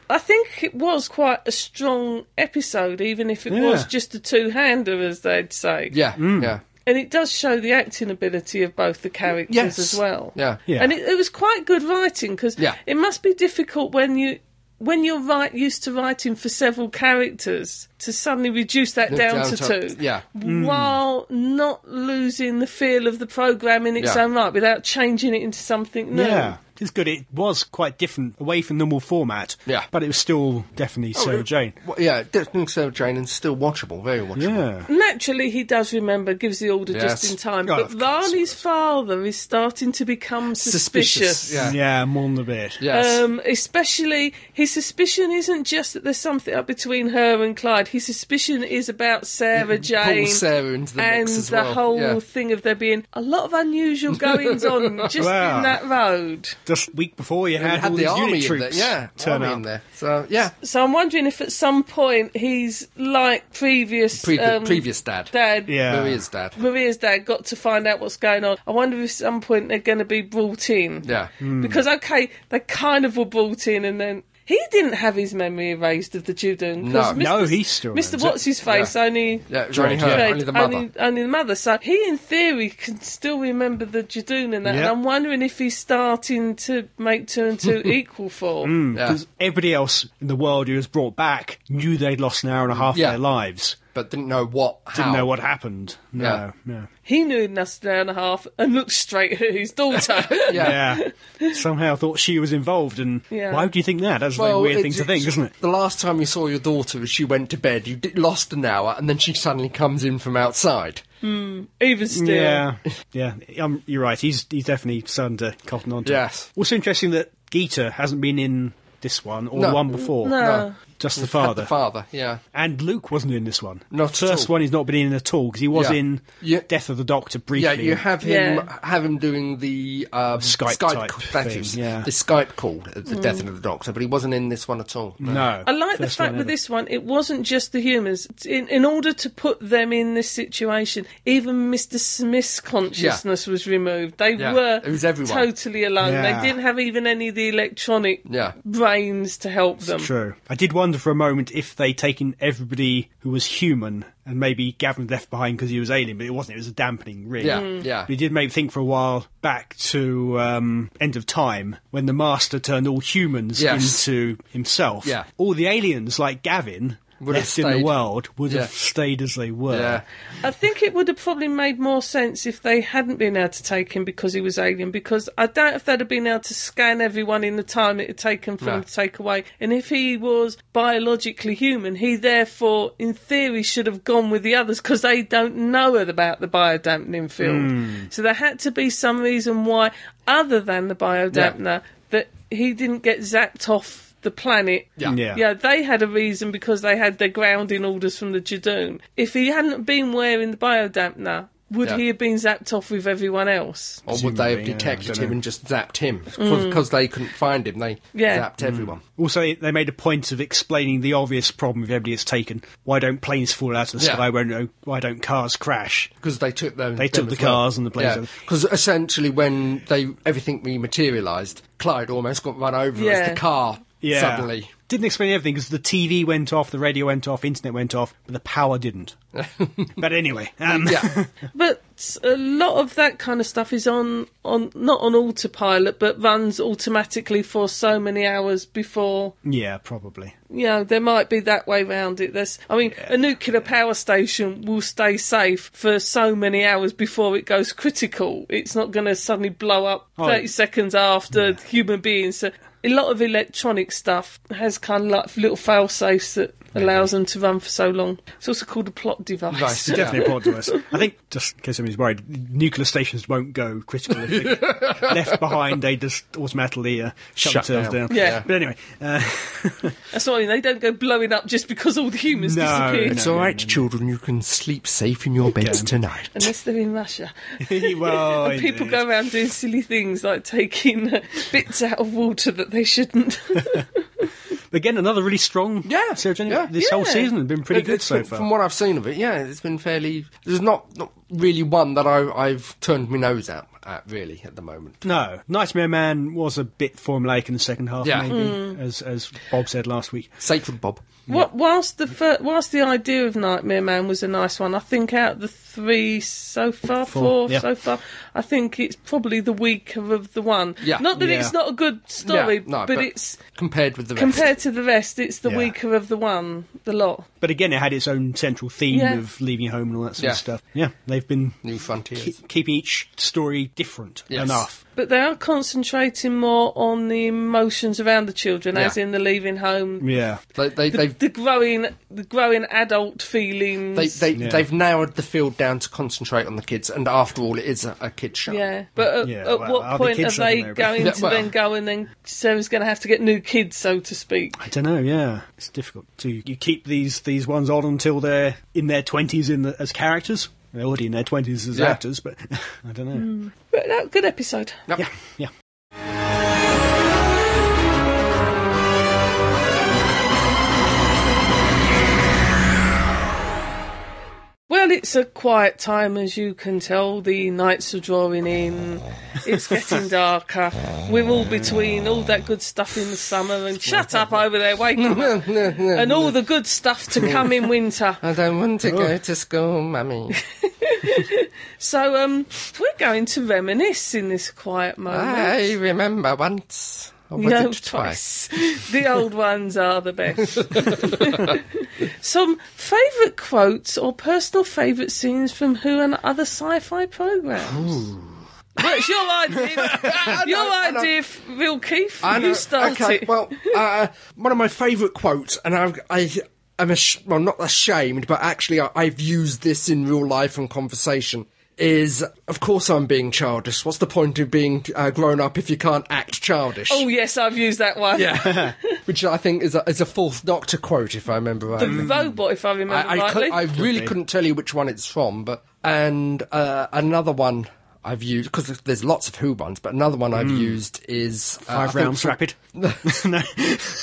Speaker 2: I think it was quite a strong episode, even if it was
Speaker 3: Yeah.
Speaker 2: just a two-hander, as they'd say.
Speaker 1: Yeah,
Speaker 3: Mm.
Speaker 1: yeah.
Speaker 2: And it does show the acting ability of both the characters
Speaker 1: Yes.
Speaker 2: as well.
Speaker 1: Yeah.
Speaker 3: Yeah.
Speaker 2: And it, it was quite good writing because
Speaker 1: Yeah.
Speaker 2: it must be difficult when you when you're right used to writing for several characters to suddenly reduce that down,
Speaker 1: down
Speaker 2: to,
Speaker 1: to-
Speaker 2: two.
Speaker 1: yeah.
Speaker 3: Hmm.
Speaker 2: While not losing the feel of the program in its
Speaker 1: Yeah.
Speaker 2: own right without changing it into something new.
Speaker 3: Yeah. It's good. It was quite different, away from normal format.
Speaker 1: Yeah.
Speaker 3: But it was still definitely Sarah Jane.
Speaker 1: Well, yeah, definitely so, Jane, and still watchable, very watchable.
Speaker 3: Yeah.
Speaker 2: Naturally, he does remember, gives the order just
Speaker 1: Yes.
Speaker 2: in time.
Speaker 3: Oh,
Speaker 2: but
Speaker 3: of course.
Speaker 2: Varney's father is starting to become suspicious.
Speaker 1: Yeah.
Speaker 3: Yeah, more than a bit.
Speaker 1: Yes.
Speaker 2: Um, especially, his suspicion isn't just that there's something up between her and Clyde. His suspicion is about Sarah
Speaker 1: Mm,
Speaker 2: Jane
Speaker 1: Sarah into the
Speaker 2: and
Speaker 1: mix as
Speaker 2: the
Speaker 1: well,
Speaker 2: whole
Speaker 1: yeah.
Speaker 2: thing of there being a lot of
Speaker 1: *laughs*
Speaker 2: unusual goings on just
Speaker 3: Wow.
Speaker 2: in that road.
Speaker 3: Just week before you
Speaker 1: And
Speaker 3: had, all
Speaker 1: had the
Speaker 3: these
Speaker 1: army
Speaker 3: unit
Speaker 1: in there.
Speaker 3: troops
Speaker 1: Yeah,
Speaker 3: turn
Speaker 1: army
Speaker 3: up.
Speaker 1: in there. So yeah,
Speaker 2: So I'm wondering if at some point he's like previous
Speaker 1: Pre-
Speaker 2: um,
Speaker 1: previous dad,
Speaker 2: dad.
Speaker 3: Yeah.
Speaker 1: who is dad?
Speaker 2: Maria's dad got to find out what's going on. I wonder if at some point they're going to be brought in.
Speaker 1: Yeah.
Speaker 3: Mm. Hmm.
Speaker 2: Because, okay, they kind of were brought in and then. He didn't have his memory erased of the children. 'cause
Speaker 1: No.
Speaker 3: No, he still
Speaker 2: Mr.
Speaker 3: owns
Speaker 2: What's his face only.
Speaker 1: Yeah, it was only her,
Speaker 2: Right,
Speaker 1: only the mother.
Speaker 2: Only, only the mother. So he, in theory, can still remember the Jadoon and that. And
Speaker 3: Yeah.
Speaker 2: I'm wondering if he's starting to make two
Speaker 1: *laughs*
Speaker 2: and two equal for.
Speaker 3: Hmm.
Speaker 1: yeah.
Speaker 3: Mm. Everybody else in the world who was brought back knew they'd lost an hour and a half
Speaker 1: Yeah.
Speaker 3: of their lives.
Speaker 1: but didn't know what, how.
Speaker 3: Didn't know what happened. No,
Speaker 1: Yeah.
Speaker 3: no.
Speaker 2: He knew in us an hour and a half and looked straight at his daughter.
Speaker 1: *laughs* Yeah.
Speaker 3: Yeah. Somehow thought she was involved, and
Speaker 2: Yeah.
Speaker 3: why would you think that? That's a
Speaker 1: Well,
Speaker 3: very weird
Speaker 1: it-
Speaker 3: thing to think, isn't it?
Speaker 1: The last time you saw your daughter as she went to bed, you did, lost an hour, and then she suddenly comes in from outside.
Speaker 2: Even still.
Speaker 3: Yeah, yeah. Um, you're right. He's he's definitely starting to cotton on to. it.
Speaker 1: Yes.
Speaker 3: Also interesting that Gita hasn't been in this one or the
Speaker 1: No.
Speaker 3: one before.
Speaker 2: No.
Speaker 3: Just the
Speaker 1: Had
Speaker 3: father.
Speaker 1: the father, yeah.
Speaker 3: and Luke wasn't in this one.
Speaker 1: Not at
Speaker 3: first
Speaker 1: all.
Speaker 3: one. He's not been in at all because he was
Speaker 1: Yeah.
Speaker 3: in
Speaker 1: Yeah.
Speaker 3: Death of the Doctor briefly.
Speaker 1: Yeah, you have him
Speaker 2: Yeah.
Speaker 1: have him doing the um,
Speaker 3: Skype type
Speaker 1: c- that
Speaker 3: thing,
Speaker 1: is,
Speaker 3: yeah.
Speaker 1: the Skype call at the
Speaker 2: Mm.
Speaker 1: death of the Doctor, but he wasn't in this one at all.
Speaker 3: No.
Speaker 2: I like the
Speaker 3: First
Speaker 2: fact
Speaker 3: one
Speaker 2: with
Speaker 3: ever.
Speaker 2: this one, it wasn't just the humans. In, in order to put them in this situation, even Mr. Smith's consciousness was removed. They
Speaker 1: Yeah,
Speaker 2: were
Speaker 1: it was everyone.
Speaker 2: totally alone.
Speaker 3: Yeah.
Speaker 2: They didn't have even any of the electronic
Speaker 1: Yeah.
Speaker 2: brains to help them.
Speaker 3: True. I did wonder for a moment if they'd taken everybody who was human and maybe Gavin left behind because he was alien, but it wasn't. It was a dampening rig.
Speaker 1: Yeah, Mm. yeah.
Speaker 3: But it did make me think for a while back to um, End of Time when the Master turned all humans
Speaker 1: Yes.
Speaker 3: into himself.
Speaker 1: Yeah.
Speaker 3: All the aliens, like Gavin,
Speaker 1: Would have
Speaker 3: left in the
Speaker 1: stayed.
Speaker 3: world would
Speaker 1: Yeah.
Speaker 3: have stayed as they were.
Speaker 1: Yeah.
Speaker 2: I think it would have probably made more sense if they hadn't been able to take him because he was alien. Because I doubt if they'd have been able to scan everyone in the time it had taken for
Speaker 1: No.
Speaker 2: him to take away. And if he was biologically human, he therefore, in theory, should have gone with the others because they don't know about the biodampening field. So there had to be some reason why, other than the biodampener, that he didn't get zapped off the planet
Speaker 1: Yeah.
Speaker 3: Yeah.
Speaker 2: yeah, Uh, they had a reason because they had their grounding orders from the Jadoon. If he hadn't been wearing the biodampener, would
Speaker 1: Yeah.
Speaker 2: he have been zapped off with everyone else?
Speaker 1: Or would they have
Speaker 3: Presumably, yeah, I
Speaker 1: detected
Speaker 3: don't
Speaker 1: him
Speaker 3: know.
Speaker 1: and just zapped him? Because they couldn't find him, they
Speaker 2: Mm. Yeah.
Speaker 1: zapped
Speaker 3: Mm.
Speaker 1: everyone.
Speaker 3: Also, they- they made a point of explaining the obvious problem if everybody has taken. Why don't planes fall out of the
Speaker 1: Yeah.
Speaker 3: sky? Why don't, why don't cars crash?
Speaker 1: Because they took them.
Speaker 3: They took the cars and the planes.
Speaker 1: Because essentially, when they everything rematerialised, Clyde almost got run over
Speaker 2: Yeah.
Speaker 1: as the car
Speaker 3: Yeah. *laughs*
Speaker 1: suddenly
Speaker 3: Didn't explain everything because the TV went off, the radio went off, internet went off, but the
Speaker 1: *laughs*
Speaker 3: power didn't. but anyway, um,
Speaker 1: Yeah.
Speaker 2: But a lot of that kind of stuff is on, on not on autopilot, but runs automatically for so many hours before
Speaker 3: *laughs* yeah, probably.
Speaker 2: you know, there might be that way round it. There's, I mean, a nuclear power station will stay safe for so many hours before it goes critical. It's not going to suddenly blow up 30 seconds after human beings. So a lot of electronic stuff has kind of like little fail safes that allows them to run for so long. It's also called a plot device.
Speaker 1: Device,
Speaker 3: It's definitely important to us. I think, just in case anybody's worried, nuclear stations won't go critical.
Speaker 1: *laughs*
Speaker 3: If they're left behind, they just automatically uh, shut,
Speaker 1: Shut
Speaker 3: themselves
Speaker 1: down.
Speaker 3: down.
Speaker 2: Yeah. Yeah.
Speaker 3: But anyway,
Speaker 1: *laughs*
Speaker 3: uh,
Speaker 2: *laughs*
Speaker 3: *laughs*
Speaker 2: That's what I mean. They don't go blowing up just because all the humans
Speaker 3: No,
Speaker 1: *laughs*
Speaker 2: disappeared.
Speaker 1: It's
Speaker 3: No,
Speaker 1: all right, children. You can sleep safe in your beds tonight.
Speaker 2: Unless they're in Russia.
Speaker 3: well,
Speaker 2: and people
Speaker 3: indeed.
Speaker 2: go around doing silly things like taking uh, bits out of water that they shouldn't.
Speaker 3: But Again, another really strong
Speaker 1: Yeah,
Speaker 3: surge. Anyway.
Speaker 1: yeah.
Speaker 3: This whole
Speaker 2: Yeah.
Speaker 3: season has been pretty
Speaker 1: It-
Speaker 3: good
Speaker 1: it's
Speaker 3: so
Speaker 1: been-
Speaker 3: far.
Speaker 1: From what I've seen of it, yeah, it's been fairly. There's not, not really one that I, I've turned my nose at, at really at the moment.
Speaker 3: No, Nightmare Man was a bit formulaic in the second half,
Speaker 1: Yeah. Mm.
Speaker 3: maybe, as as Bob said last week.
Speaker 1: Sacred Bob.
Speaker 2: Wha- whilst the fir- whilst the idea of Nightmare Man was a nice one, I think out of the three so far, four,
Speaker 3: yeah.
Speaker 2: so far, I think it's probably the weaker of the one.
Speaker 1: Yeah.
Speaker 2: Not that
Speaker 3: Yeah.
Speaker 2: it's not a good story,
Speaker 1: Yeah, no,
Speaker 2: but, it's
Speaker 1: compared with the rest.
Speaker 2: compared to the rest, it's the
Speaker 3: Yeah.
Speaker 2: weaker of the one, the lot.
Speaker 3: But again, it had its own central theme
Speaker 2: Yeah.
Speaker 3: of leaving home and all that sort
Speaker 1: Yeah.
Speaker 3: of stuff. Yeah, they've been
Speaker 1: New
Speaker 3: keep-
Speaker 1: Frontiers.
Speaker 3: keeping each story different
Speaker 1: Yes.
Speaker 3: enough.
Speaker 2: But they are concentrating more on the emotions around the children,
Speaker 1: Yeah.
Speaker 2: as in the leaving home,
Speaker 3: Yeah,
Speaker 1: They, they,
Speaker 2: the,
Speaker 1: they've
Speaker 2: the growing, the growing adult feelings.
Speaker 1: they, they,
Speaker 3: Yeah.
Speaker 1: they've narrowed the field down to concentrate on the kids, and after all, it is a, a kids show.
Speaker 2: Yeah, but at,
Speaker 3: Yeah,
Speaker 2: at
Speaker 3: well,
Speaker 2: what
Speaker 3: other
Speaker 2: point are
Speaker 3: kids are
Speaker 2: they
Speaker 3: gonna be-
Speaker 2: going
Speaker 1: Yeah,
Speaker 2: to
Speaker 1: well-
Speaker 2: then go and then Sarah's going to have to get new kids, so to speak?
Speaker 3: I don't know. Yeah, it's difficult to you keep these these ones on until they're in their twenties in the, as characters. They're already in their twenties as
Speaker 1: Yeah.
Speaker 3: actors, but *laughs* I don't know.
Speaker 2: But no, good episode.
Speaker 1: Yep.
Speaker 3: Yeah, yeah.
Speaker 2: Well, it's a quiet time, as you can tell. The nights are drawing in. It's getting
Speaker 3: *laughs*
Speaker 2: darker. We're all between all that good stuff in the summer and shut
Speaker 3: *laughs*
Speaker 2: up over there, wake up, and all the good stuff to come
Speaker 3: *laughs*
Speaker 2: in winter.
Speaker 1: *laughs* I don't want to
Speaker 3: Oh.
Speaker 1: go to school,
Speaker 2: *laughs*
Speaker 1: mummy.
Speaker 2: So, um, we're going to reminisce in this quiet moment.
Speaker 1: I remember once. Or was
Speaker 2: No,
Speaker 1: it twice?
Speaker 2: the old ones are the
Speaker 1: *laughs*
Speaker 2: best. Some favourite quotes or personal favourite scenes from Who and other sci-fi programs. Well, it's your idea. your
Speaker 1: *laughs* I know.
Speaker 2: idea, Real Keith.
Speaker 1: I know.
Speaker 2: You start
Speaker 1: okay,
Speaker 2: it.
Speaker 1: Well, uh, one of my favourite quotes, and I've, I, I'm ash- well not ashamed, but actually I, I've used this in real life and conversation. Is of course I'm being childish. What's the point of being uh, grown up if you can't act childish?
Speaker 2: oh yes, I've used that one.
Speaker 1: yeah, which I think is a, is a Fourth Doctor quote, if I remember
Speaker 2: The
Speaker 1: right.
Speaker 2: robot, if I remember
Speaker 1: Mm. I, I, cou-
Speaker 2: rightly.
Speaker 1: I really couldn't tell you which one it's from, but and uh, another one I've used because there's lots of Who ones, but another one I've used is uh, I
Speaker 3: Hmm. Five
Speaker 1: think
Speaker 3: rounds
Speaker 1: from- *laughs*
Speaker 3: rapid. no.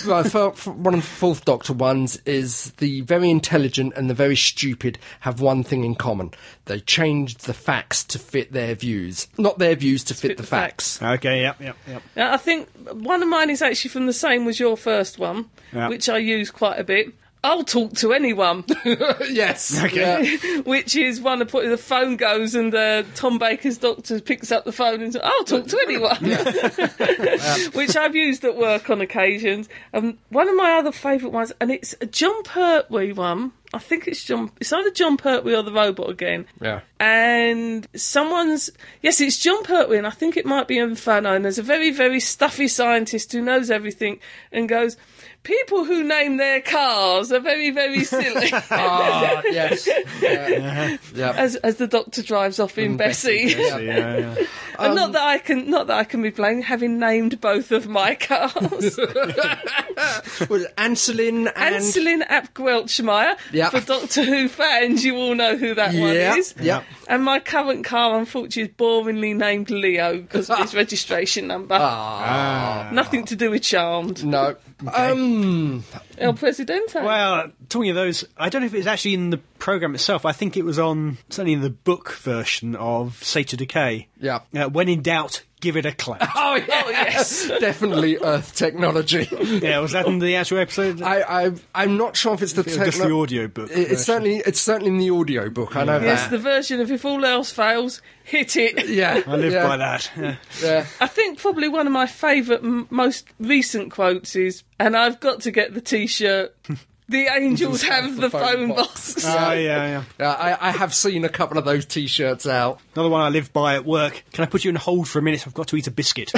Speaker 1: well, I felt f- one of the Fourth Doctor ones is the very intelligent and the very stupid have one thing in common. They changed the facts to fit their views. Not their views to fit, the,
Speaker 2: the
Speaker 1: facts.
Speaker 2: facts.
Speaker 3: Okay. Yep. Yep. Yep.
Speaker 2: Now, I think one of mine is actually from the same as your first one,
Speaker 3: Yeah.
Speaker 2: which I use quite a bit. I'll talk to anyone.
Speaker 1: *laughs* yes.
Speaker 3: Okay.
Speaker 1: Yeah.
Speaker 2: which is one of the phone goes and uh, Tom Baker's doctor picks up the phone and says, I'll talk to anyone. *laughs* which I've used at work on occasions. Um, one of my other favourite ones, and it's a John Pertwee one. I think it's John. It's either John Pertwee or the robot again.
Speaker 1: Yeah.
Speaker 2: And someone's yes, it's John Pertwee, and I think it might be Inferno. And there's a very, very stuffy scientist who knows everything and goes, "People who name their cars are very, very silly."
Speaker 1: Ah, yes.
Speaker 3: *laughs* Uh-huh.
Speaker 1: Yeah. Yeah.
Speaker 2: as as the doctor drives off in Bessie.
Speaker 3: So, yeah, yeah.
Speaker 2: *laughs*
Speaker 1: *laughs*
Speaker 2: and
Speaker 1: um,
Speaker 2: not that I can not that I can be blamed having named both of
Speaker 1: *laughs*
Speaker 2: my cars.
Speaker 1: Well, Anselin and.
Speaker 2: Anselin Ap Gwelchmeyer
Speaker 1: Yeah.
Speaker 2: for Doctor Who fans, you all know who that one
Speaker 1: Yeah,
Speaker 2: is.
Speaker 1: yeah.
Speaker 2: And my current car unfortunately is boringly named Leo because of
Speaker 1: *laughs*
Speaker 2: his registration number.
Speaker 1: Ah.
Speaker 2: Nothing to do with charmed.
Speaker 1: No. Um.
Speaker 2: El Presidente.
Speaker 3: Well, talking of those, I don't know if it's actually in the program itself. I think it was on certainly in the book version of Sata Decay.
Speaker 1: Yeah.
Speaker 3: Uh, when in doubt, give it
Speaker 1: *laughs*
Speaker 3: a clap.
Speaker 1: Oh, yeah.
Speaker 2: yes.
Speaker 1: Definitely Earth technology.
Speaker 3: yeah, was that in the actual episode?
Speaker 1: I, I, I'm not sure if it's the
Speaker 3: It was just the
Speaker 1: techno-
Speaker 3: audio book.
Speaker 1: It- It's certainly, it's certainly in the audio book. I know
Speaker 2: Yes,
Speaker 1: that.
Speaker 2: the version of if all else fails, hit it.
Speaker 1: yeah,
Speaker 3: I live
Speaker 1: yeah,
Speaker 3: by that. Yeah.
Speaker 1: Yeah.
Speaker 2: I think probably one of my favourite, m- most recent quotes is, and I've got to get the t *laughs* shirt. The angels have the phone box.
Speaker 3: Oh, yeah, yeah.
Speaker 1: Yeah, I, I have seen a couple of those T-shirts out.
Speaker 3: Another one I live by at work. Can I put you on hold for a minute? I've got to eat a biscuit.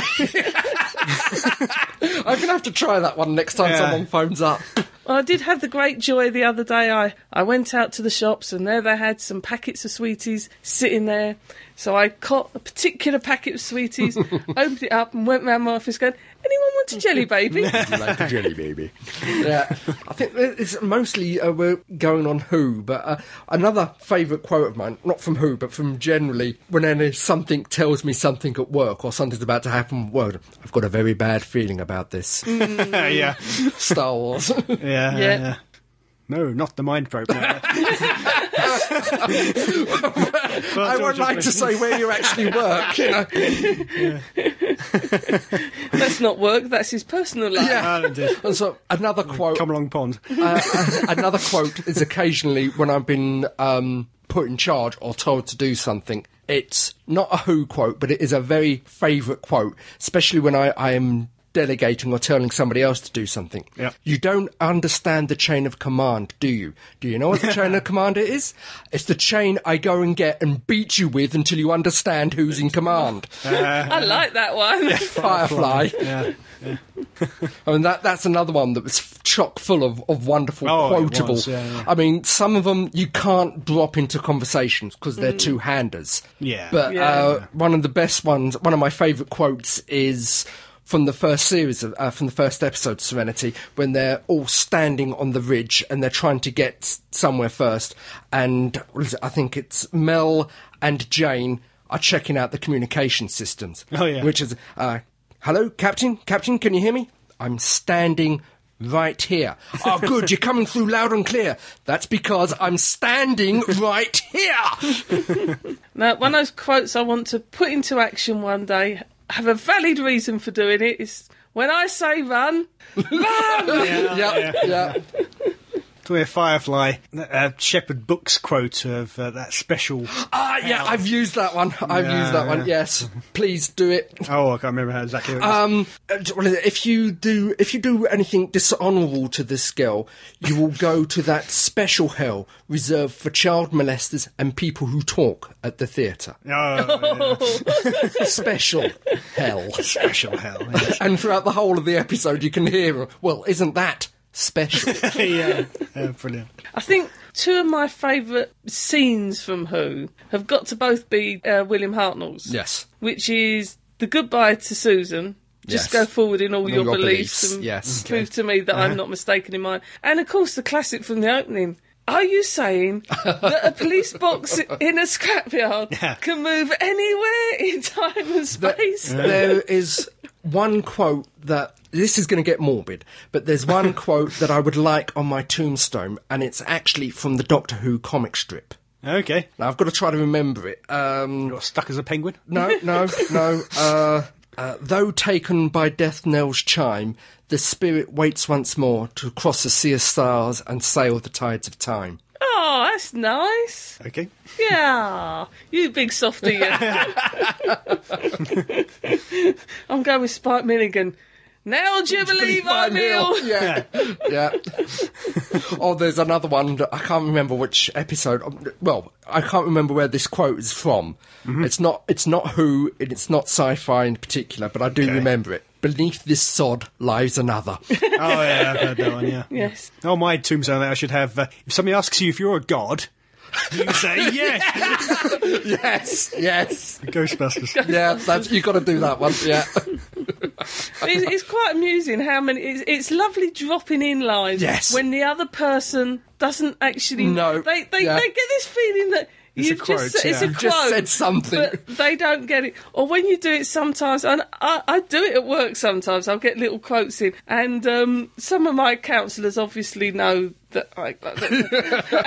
Speaker 3: *laughs*
Speaker 1: I'm gonna have to try that one next time
Speaker 3: Yeah.
Speaker 1: someone phones up.
Speaker 2: *laughs* I did have the great joy the other day. I, I went out to the shops and there they had some packets of sweeties sitting there. So I caught a particular packet of sweeties, *laughs* opened it up, and went round my office going, Anyone want a jelly baby? *laughs*
Speaker 1: like a jelly baby. Yeah, I think it's mostly uh, we're going on Who, but uh, another favourite quote of mine, not from Who, but from generally, when any, something tells me something at work or something's about to happen at work, I've got a very bad feeling about *laughs* this.
Speaker 3: yeah, yeah,
Speaker 1: Star Wars.
Speaker 3: yeah, yeah, yeah. No, not the mind probe. No.
Speaker 1: I would like to say where you actually work, you know.
Speaker 2: that's not work, that's his personal life.
Speaker 1: *laughs* Yeah.
Speaker 3: Oh, indeed.
Speaker 1: And so another quote
Speaker 3: Come along, pond.
Speaker 1: uh, uh, *laughs* another quote is occasionally when I've been um, put in charge or told to do something. It's not a who quote, but it is a very favourite quote, especially when I, I am delegating or telling somebody else to do something.
Speaker 3: Yep.
Speaker 1: You don't understand the chain of command, do you? Do you know what the chain of command it is? It's the chain I go and get and beat you with until you understand who's in command.
Speaker 2: I like that one.
Speaker 1: Firefly.
Speaker 3: Yeah.
Speaker 1: *laughs* I mean, that that's another one that was f- chock full of, of wonderful
Speaker 3: Oh, it
Speaker 1: quotable.
Speaker 3: was, yeah, yeah.
Speaker 1: I mean, some of them you can't drop into conversations because they're two handers.
Speaker 3: Mm. Yeah.
Speaker 1: But Uh,
Speaker 2: Yeah.
Speaker 1: one of the best ones, one of my favourite quotes is. From the first series, of, uh, from the first episode, Serenity, when they're all standing on the ridge and they're trying to get s- somewhere first, and what is it? I think it's Mel and Jane are checking out the communication systems.
Speaker 3: Oh, yeah.
Speaker 1: Which is, uh, hello, Captain? Captain, can you hear me? I'm standing right
Speaker 3: *laughs*
Speaker 1: here. Oh, good, you're coming through loud and clear. That's because I'm standing right here.
Speaker 2: Now, one of those quotes I want to put into action one day, have a valid reason for doing it, is when I say run,
Speaker 3: *laughs*
Speaker 1: Yep,
Speaker 3: Yeah, yeah.
Speaker 1: *laughs* yeah.
Speaker 3: To a Firefly, uh, Shepherd Books quote of uh, that special.
Speaker 1: Ah, yeah, I've used that one. I've
Speaker 3: Yeah,
Speaker 1: used that
Speaker 3: yeah.
Speaker 1: one, yes. Please do it.
Speaker 3: Oh, I can't remember how exactly. It was.
Speaker 1: Um, uh, what is it? if you do if you do anything dishonourable to this girl, you will go to that special hell reserved for child molesters and people who talk at the theatre.
Speaker 2: *laughs*
Speaker 3: oh, *laughs* yeah. *laughs*
Speaker 1: Special hell.
Speaker 3: special hell. yeah.
Speaker 1: And throughout the whole of the episode, you can hear, well, isn't that
Speaker 3: *laughs*
Speaker 1: special?
Speaker 3: yeah. yeah, brilliant.
Speaker 2: I think two of my favourite scenes from Who have got to both be uh, William Hartnell's.
Speaker 1: Yes.
Speaker 2: Which is the goodbye to Susan.
Speaker 1: Yes.
Speaker 2: Just go forward in all your,
Speaker 1: your
Speaker 2: beliefs,
Speaker 1: beliefs,
Speaker 2: Uh-huh. and
Speaker 1: yes.
Speaker 2: prove to me that I'm not mistaken in mine. And of course, the classic from the opening. Are you *laughs* saying that a police box in a scrapyard
Speaker 3: Yeah.
Speaker 2: can move anywhere in time and
Speaker 1: *laughs*
Speaker 2: space?
Speaker 1: there is one quote that this is going to get morbid, but there's one quote that I would like on my tombstone, and it's actually from the Doctor Who comic strip.
Speaker 3: Okay.
Speaker 1: Now I've got to try to remember it. Um,
Speaker 3: Got stuck as a penguin.
Speaker 1: no, no, no. Uh, uh, though taken by death knell's chime, the spirit waits once more to cross the sea of stars and sail the tides of time.
Speaker 2: Oh, that's nice.
Speaker 3: Okay.
Speaker 2: Yeah, you big softy. *laughs* you. I'm going with Spike Milligan. Now do you believe I'm ill? *laughs*
Speaker 1: Yeah. yeah. oh, there's another one that I can't remember which episode. um, Well, I can't remember where this quote is from. It's not it's not who and it's not sci-fi in particular, but I do remember it. Beneath this sod lies another.
Speaker 3: Oh yeah, I've heard that one. Yeah.
Speaker 2: Yes.
Speaker 3: Oh, my tombstone. I should have. Uh, if somebody asks you if you're a god,
Speaker 2: *laughs*
Speaker 3: you say
Speaker 1: *laughs*
Speaker 3: yes.
Speaker 1: yes. Yes.
Speaker 3: Ghostbusters.
Speaker 1: Yeah, that's you got to do that one. Yeah.
Speaker 2: It's,
Speaker 1: *laughs*
Speaker 2: it's quite amusing how many. It's, it's lovely dropping in lines
Speaker 1: Yes.
Speaker 2: when the other person doesn't actually.
Speaker 1: No,
Speaker 2: They they,
Speaker 1: yeah.
Speaker 2: they get this feeling that
Speaker 3: It's a
Speaker 2: you've
Speaker 3: quote,
Speaker 2: just said- it's
Speaker 3: yeah.
Speaker 2: a
Speaker 1: You've
Speaker 2: quote.
Speaker 1: just said something.
Speaker 2: but they don't get it. Or when you do it sometimes, and I, I do it at work sometimes. I'll get little quotes in, and um, some of my counsellors obviously know that. I,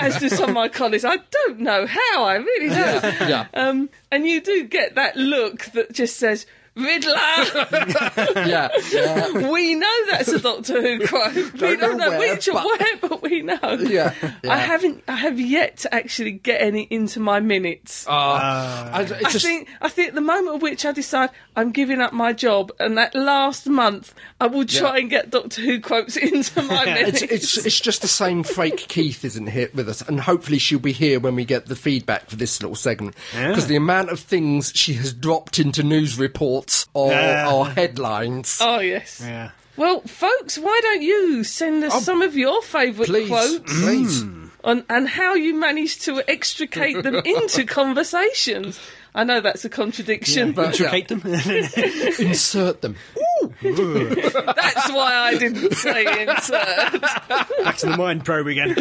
Speaker 2: *laughs* as do some of my colleagues. I don't know how. I really don't.
Speaker 1: Yeah.
Speaker 2: Um, and you do get that look that just says, Riddler. *laughs*
Speaker 1: Yeah, yeah,
Speaker 2: we know that's a Doctor Who quote. we
Speaker 1: *laughs* Don't
Speaker 2: don't
Speaker 1: know
Speaker 2: know
Speaker 1: where,
Speaker 2: which or
Speaker 1: but-
Speaker 2: where, but we know.
Speaker 1: *laughs* yeah.
Speaker 2: I haven't. I have yet to actually get any into my minutes.
Speaker 1: Ah, I, it's
Speaker 2: I
Speaker 1: just,
Speaker 2: think. I think the moment at which I decide I'm giving up my job, and that last month, I will try and get Doctor Who quotes *laughs* into my minutes.
Speaker 1: it's, it's, it's just the same fake Keith isn't here with us, and hopefully she'll be here when we get the feedback for this little segment. Because the amount of things she has dropped into news reports or,
Speaker 3: Yeah.
Speaker 1: or headlines.
Speaker 2: oh yes.
Speaker 3: Yeah.
Speaker 2: Well, folks, why don't you send us some of your favourite
Speaker 1: Oh, please,
Speaker 2: quotes
Speaker 1: please.
Speaker 3: Mm.
Speaker 2: on and how you managed to
Speaker 1: *laughs*
Speaker 2: extricate them into conversations? I know that's a contradiction, but
Speaker 3: Hate them. *laughs*
Speaker 1: insert them.
Speaker 2: that's why
Speaker 3: *laughs*
Speaker 2: I didn't say insert.
Speaker 3: Back to the mind probe again.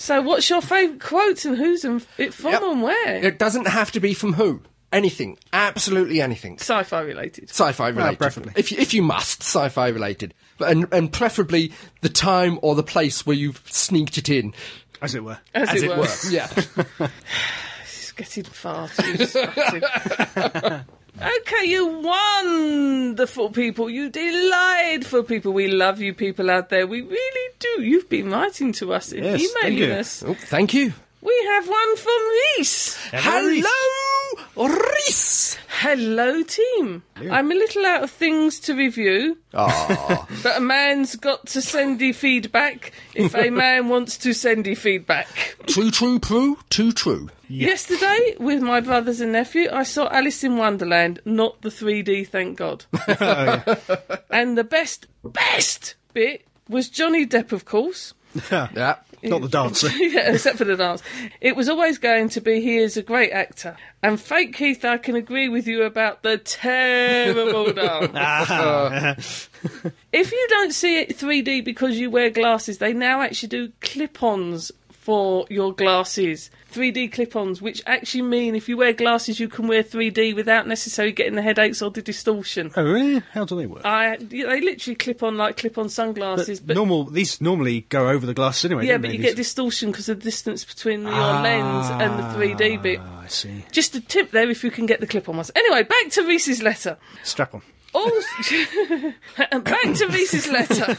Speaker 2: So, what's your favourite quotes and who's and it from
Speaker 1: Yep.
Speaker 2: and where?
Speaker 1: It doesn't have to be from who. Anything. Absolutely anything.
Speaker 2: Sci-fi related.
Speaker 1: Sci-fi related,
Speaker 3: preferably.
Speaker 1: if you, if you must, sci-fi related, But- and and preferably the time or the place where you've sneaked it in.
Speaker 3: As it were.
Speaker 2: As, it, were.
Speaker 1: Yeah,
Speaker 2: It's getting far too
Speaker 3: *laughs*
Speaker 2: sweaty. Okay, you wonderful people, you delightful people. We love you people out there. We really do. You've been writing to us and
Speaker 3: Yes, thank
Speaker 2: emailing
Speaker 3: you.
Speaker 2: us.
Speaker 1: oh, thank you.
Speaker 2: We have one from Reese.
Speaker 1: Hello, Reese.
Speaker 2: Hello, team. I'm a little out of things to review, *laughs* but a man's got to send you feedback if a man wants to send you feedback.
Speaker 1: True, true, true, too true.
Speaker 2: Yesterday, with my brothers and nephew, I saw Alice in Wonderland, not the 3D, thank God. and the best, best bit was Johnny Depp, of course. *laughs*
Speaker 1: Yeah,
Speaker 3: *laughs* Not the *laughs* dancer.
Speaker 2: yeah, except for the dance. It was always going to be he is a great actor. And fake Keith, I can agree with you about the terrible dance.
Speaker 3: Ah.
Speaker 2: if you don't see it 3D because you wear glasses, they now actually do clip ons for your glasses. 3D clip ons, which actually mean if you wear glasses, you can wear 3D without necessarily getting the headaches or the distortion.
Speaker 3: *laughs* oh, really? How do they work?
Speaker 2: I, they literally clip on like clip on sunglasses, Ah, but
Speaker 3: normal these normally go over the glasses anyway.
Speaker 2: Yeah,
Speaker 3: don't
Speaker 2: but
Speaker 3: they,
Speaker 2: you
Speaker 3: these?
Speaker 2: get distortion because of the distance between your lens and the 3D bit.
Speaker 3: Ah, I see.
Speaker 2: Just a tip there if you can get the clip on ones. Anyway, back to Reese's letter.
Speaker 3: Strap on.
Speaker 2: Also, *laughs* back to Reese's letter.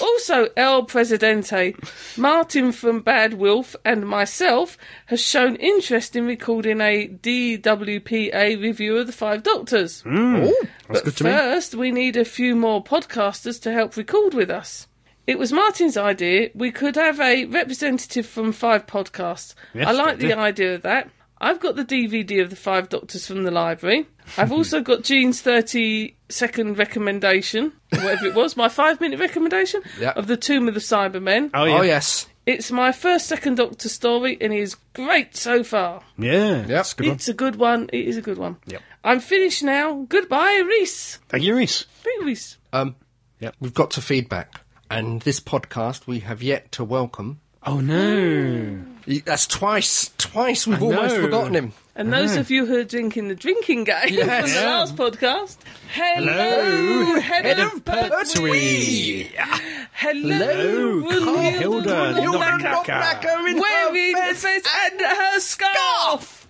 Speaker 2: also, El Presidente, Martin from Bad Wolf, and myself has shown interest in recording a DWPA review of the Five Doctors.
Speaker 3: Hmm, That's good to me.
Speaker 2: First, we need a few more podcasters to help record with us. It was Martin's idea. We could have a representative from five podcasts.
Speaker 3: Yes,
Speaker 2: I like
Speaker 3: good
Speaker 2: the
Speaker 3: idea.
Speaker 2: idea of that. I've got the DVD of the Five Doctors from the library. I've also got Gene's 30 second recommendation, whatever it was, my five minute recommendation
Speaker 1: Yeah.
Speaker 2: of The Tomb of the Cybermen.
Speaker 3: Oh yeah.
Speaker 1: Oh yes.
Speaker 2: It's my first second Doctor story and it is great so far.
Speaker 3: Yeah. That's a good one.
Speaker 2: It's a good one. It is a good one.
Speaker 3: Yep.
Speaker 2: I'm finished now. Goodbye, Reese.
Speaker 3: Thank you, Reese.
Speaker 2: Big Reese.
Speaker 1: Um,
Speaker 3: Yep.
Speaker 1: we've got to feedback, and this podcast we have yet to welcome.
Speaker 3: Oh no.
Speaker 1: That's twice, twice we've almost
Speaker 3: know.
Speaker 1: forgotten him.
Speaker 2: And those of you who are drinking the drinking game from the
Speaker 1: Yeah.
Speaker 2: last podcast, hello,
Speaker 3: Hello,
Speaker 2: head, of Pertwee. Hello,
Speaker 1: Hello,
Speaker 2: Will
Speaker 3: Hilda,
Speaker 2: Hilda,
Speaker 3: Hilda
Speaker 2: Knocker,
Speaker 1: Knocker in
Speaker 2: wearing the face
Speaker 1: uh,
Speaker 2: and her scarf.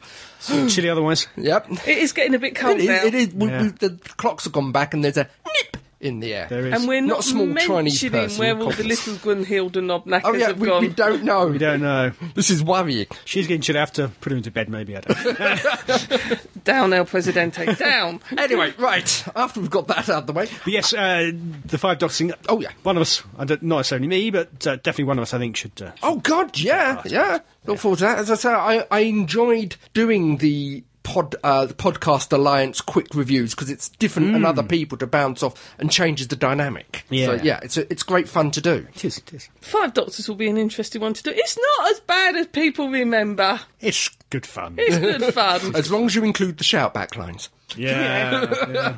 Speaker 2: Mm.
Speaker 3: Chilly otherwise.
Speaker 1: Yep.
Speaker 2: It is getting a bit cold
Speaker 1: It is.
Speaker 2: now,
Speaker 1: It is we,
Speaker 3: Yeah.
Speaker 1: we, the clocks have gone back, and there's a nip in the air.
Speaker 3: There is.
Speaker 2: and we're
Speaker 1: Not
Speaker 2: not,
Speaker 1: a small Chinese
Speaker 2: mentioning
Speaker 1: person,
Speaker 2: where all the
Speaker 1: promise.
Speaker 2: little Gwynhilda knobknackers
Speaker 1: Oh yeah,
Speaker 2: have
Speaker 1: we,
Speaker 2: gone.
Speaker 1: we don't know.
Speaker 3: we don't know.
Speaker 1: This is worrying.
Speaker 3: She's getting chilly. I have to put her into bed. Maybe I don't. know.
Speaker 2: Down, El Presidente, *laughs* down.
Speaker 1: Anyway, right. After we've got that out of the way,
Speaker 3: but yes, uh, the five dogs thing.
Speaker 1: Oh, yeah.
Speaker 3: One of us. I don't, not necessarily me, but uh, definitely one of us. I think should. Uh,
Speaker 1: Oh God, yeah, yeah. Look forward to that. As I say, I, I enjoyed doing the pod uh, the podcast alliance quick reviews because it's different and other people to bounce off and changes the dynamic. so,
Speaker 3: Yeah.
Speaker 1: yeah. It's a, it's great fun to do.
Speaker 3: it is. It is.
Speaker 2: Five Doctors will be an interesting one to do. It's not as bad as people remember.
Speaker 3: It's good fun.
Speaker 1: *laughs*
Speaker 2: It's good fun.
Speaker 1: As long as you include the shout back lines.
Speaker 3: yeah.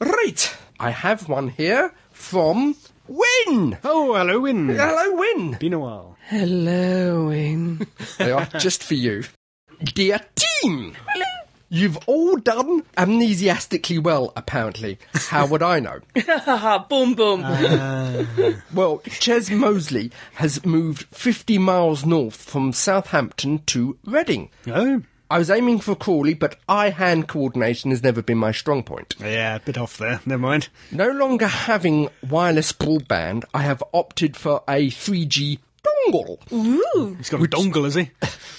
Speaker 1: Right, I have one here from Win.
Speaker 3: *laughs* Oh, hello, Win.
Speaker 1: Hello, Win.
Speaker 3: Been a while.
Speaker 2: Hello, *laughs* in.
Speaker 1: They are just for you. Dear team! You've all done amnesiastically well, apparently. How would I know?
Speaker 2: Haha, boom, boom.
Speaker 1: Ah, Well, Ches Mosley has moved 50 miles north from Southampton to Reading.
Speaker 3: Oh.
Speaker 1: I was aiming for Crawley, but eye-hand coordination has never been my strong point.
Speaker 3: Yeah, a bit off there. Never mind.
Speaker 1: No longer having wireless broadband, I have opted for a 3G dongle.
Speaker 3: He's got a dongle, *laughs* has he?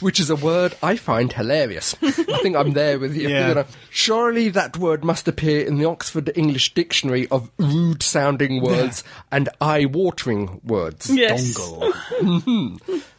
Speaker 1: which is a word I find hilarious. *laughs* I think I'm there with you.
Speaker 3: Yeah.
Speaker 1: You know, surely that word must appear in the Oxford English Dictionary of rude sounding words and eye watering words.
Speaker 2: Yes.
Speaker 3: *laughs*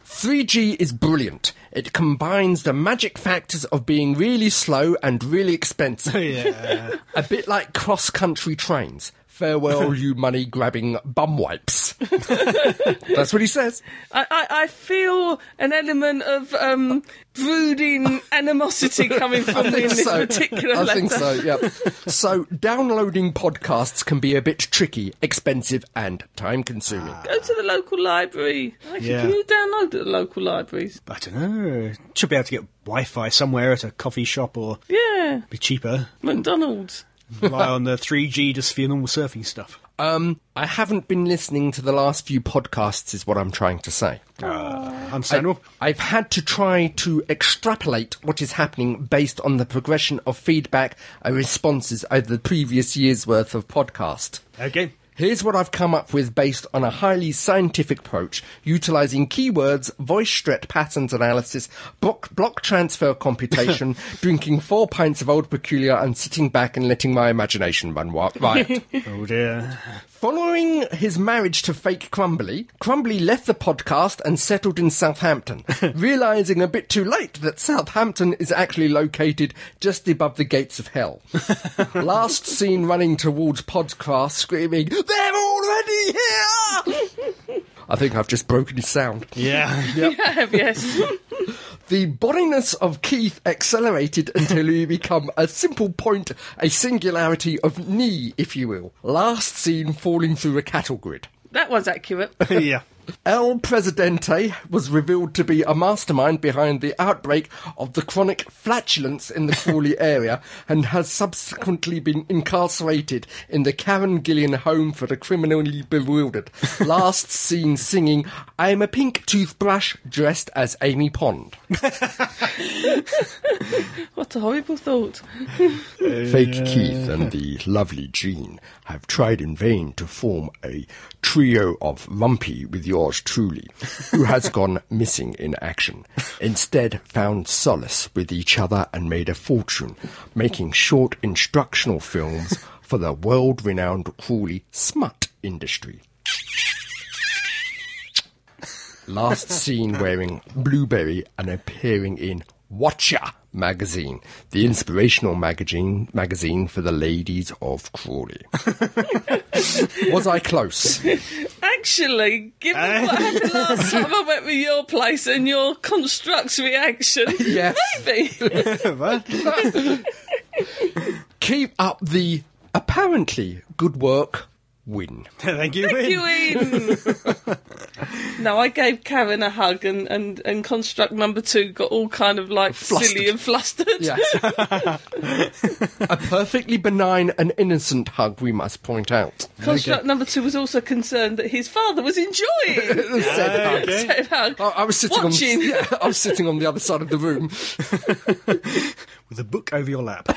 Speaker 1: 3G is brilliant. It combines the magic factors of being really slow and really
Speaker 2: *laughs*
Speaker 1: expensive.
Speaker 3: yeah.
Speaker 1: a bit like cross country trains.
Speaker 2: *laughs*
Speaker 1: Farewell, you money grabbing bum wipes. *laughs* That's what he says.
Speaker 2: I, I, I feel an element of um, brooding animosity
Speaker 1: *laughs*
Speaker 2: coming from me in this particular
Speaker 1: I
Speaker 2: letter.
Speaker 1: think so,
Speaker 2: *laughs*
Speaker 1: yeah. so downloading podcasts can be a bit tricky, expensive and time consuming.
Speaker 2: Go to the local library. Actually,
Speaker 3: Yeah.
Speaker 2: can you download at the local libraries?
Speaker 3: I don't know. Should be able to get Wi-Fi somewhere at a coffee shop or
Speaker 2: Yeah,
Speaker 3: be cheaper.
Speaker 2: McDonald's.
Speaker 3: Rely on the 3G just for your normal surfing stuff.
Speaker 2: Ah.
Speaker 1: Um I haven't been listening to the last few podcasts is what I'm trying to say.
Speaker 3: Ah. Understandable.
Speaker 1: I've had to try to extrapolate what is happening based on the progression of feedback and responses over the previous year's worth of podcast.
Speaker 3: okay.
Speaker 1: Here's what I've come up with based on a highly scientific approach, utilizing keywords, voice stret patterns analysis, block, block transfer computation, drinking four pints of Old Peculiar, and sitting back and letting my imagination run wi- riot.
Speaker 3: Oh dear.
Speaker 1: Following his marriage to fake Crumbly, Crumbly left the podcast and settled in Southampton, realizing a bit too late that Southampton is actually located just above the gates of hell. Last seen running towards Podcast screaming, They're already here! I think I've just broken his sound.
Speaker 3: *laughs* Yeah.
Speaker 2: I
Speaker 1: *laughs*
Speaker 2: have, yes.
Speaker 1: The bodiness of Keith accelerated until he become a simple point, a singularity of knee, if you will. Last seen falling through a cattle grid.
Speaker 2: that one's accurate.
Speaker 3: yeah.
Speaker 1: El Presidente was revealed to be a mastermind behind the outbreak of the chronic flatulence in the Crawley area and has subsequently been incarcerated in the Karen Gillian home for the criminally bewildered. Last seen singing, I am a pink toothbrush dressed as Amy Pond.
Speaker 2: What a horrible thought.
Speaker 1: Fake Keith and the lovely Jean have tried in vain to form a trio of Lumpy with yours truly, who has gone missing in action. Instead, found solace with each other and made a fortune, making short instructional films for the world renowned Crawley smut industry. Last seen wearing blueberry and appearing in Watcher magazine, the inspirational magazine magazine for the ladies of Crawley. Was I close?
Speaker 2: Actually, given
Speaker 1: *laughs*
Speaker 2: what happened last time I went with your place and your construct's reaction,
Speaker 1: *laughs* Yes.
Speaker 2: maybe.
Speaker 1: Keep up the apparently good work. Win.
Speaker 3: Thank you.
Speaker 1: *laughs*
Speaker 3: Win.
Speaker 2: you in. no, I gave Karen a hug, and, and, and construct number two got all kind of like silly and flustered.
Speaker 1: Yes. a perfectly benign and innocent hug, we must point out.
Speaker 2: Construct number two was also concerned that his father
Speaker 1: *laughs*
Speaker 2: was enjoying
Speaker 1: Said hug.
Speaker 3: Okay.
Speaker 2: said hug.
Speaker 1: I, I was sitting
Speaker 2: Watching.
Speaker 1: on *laughs* yeah, I was sitting on the other side of the room.
Speaker 3: With a book over your lap.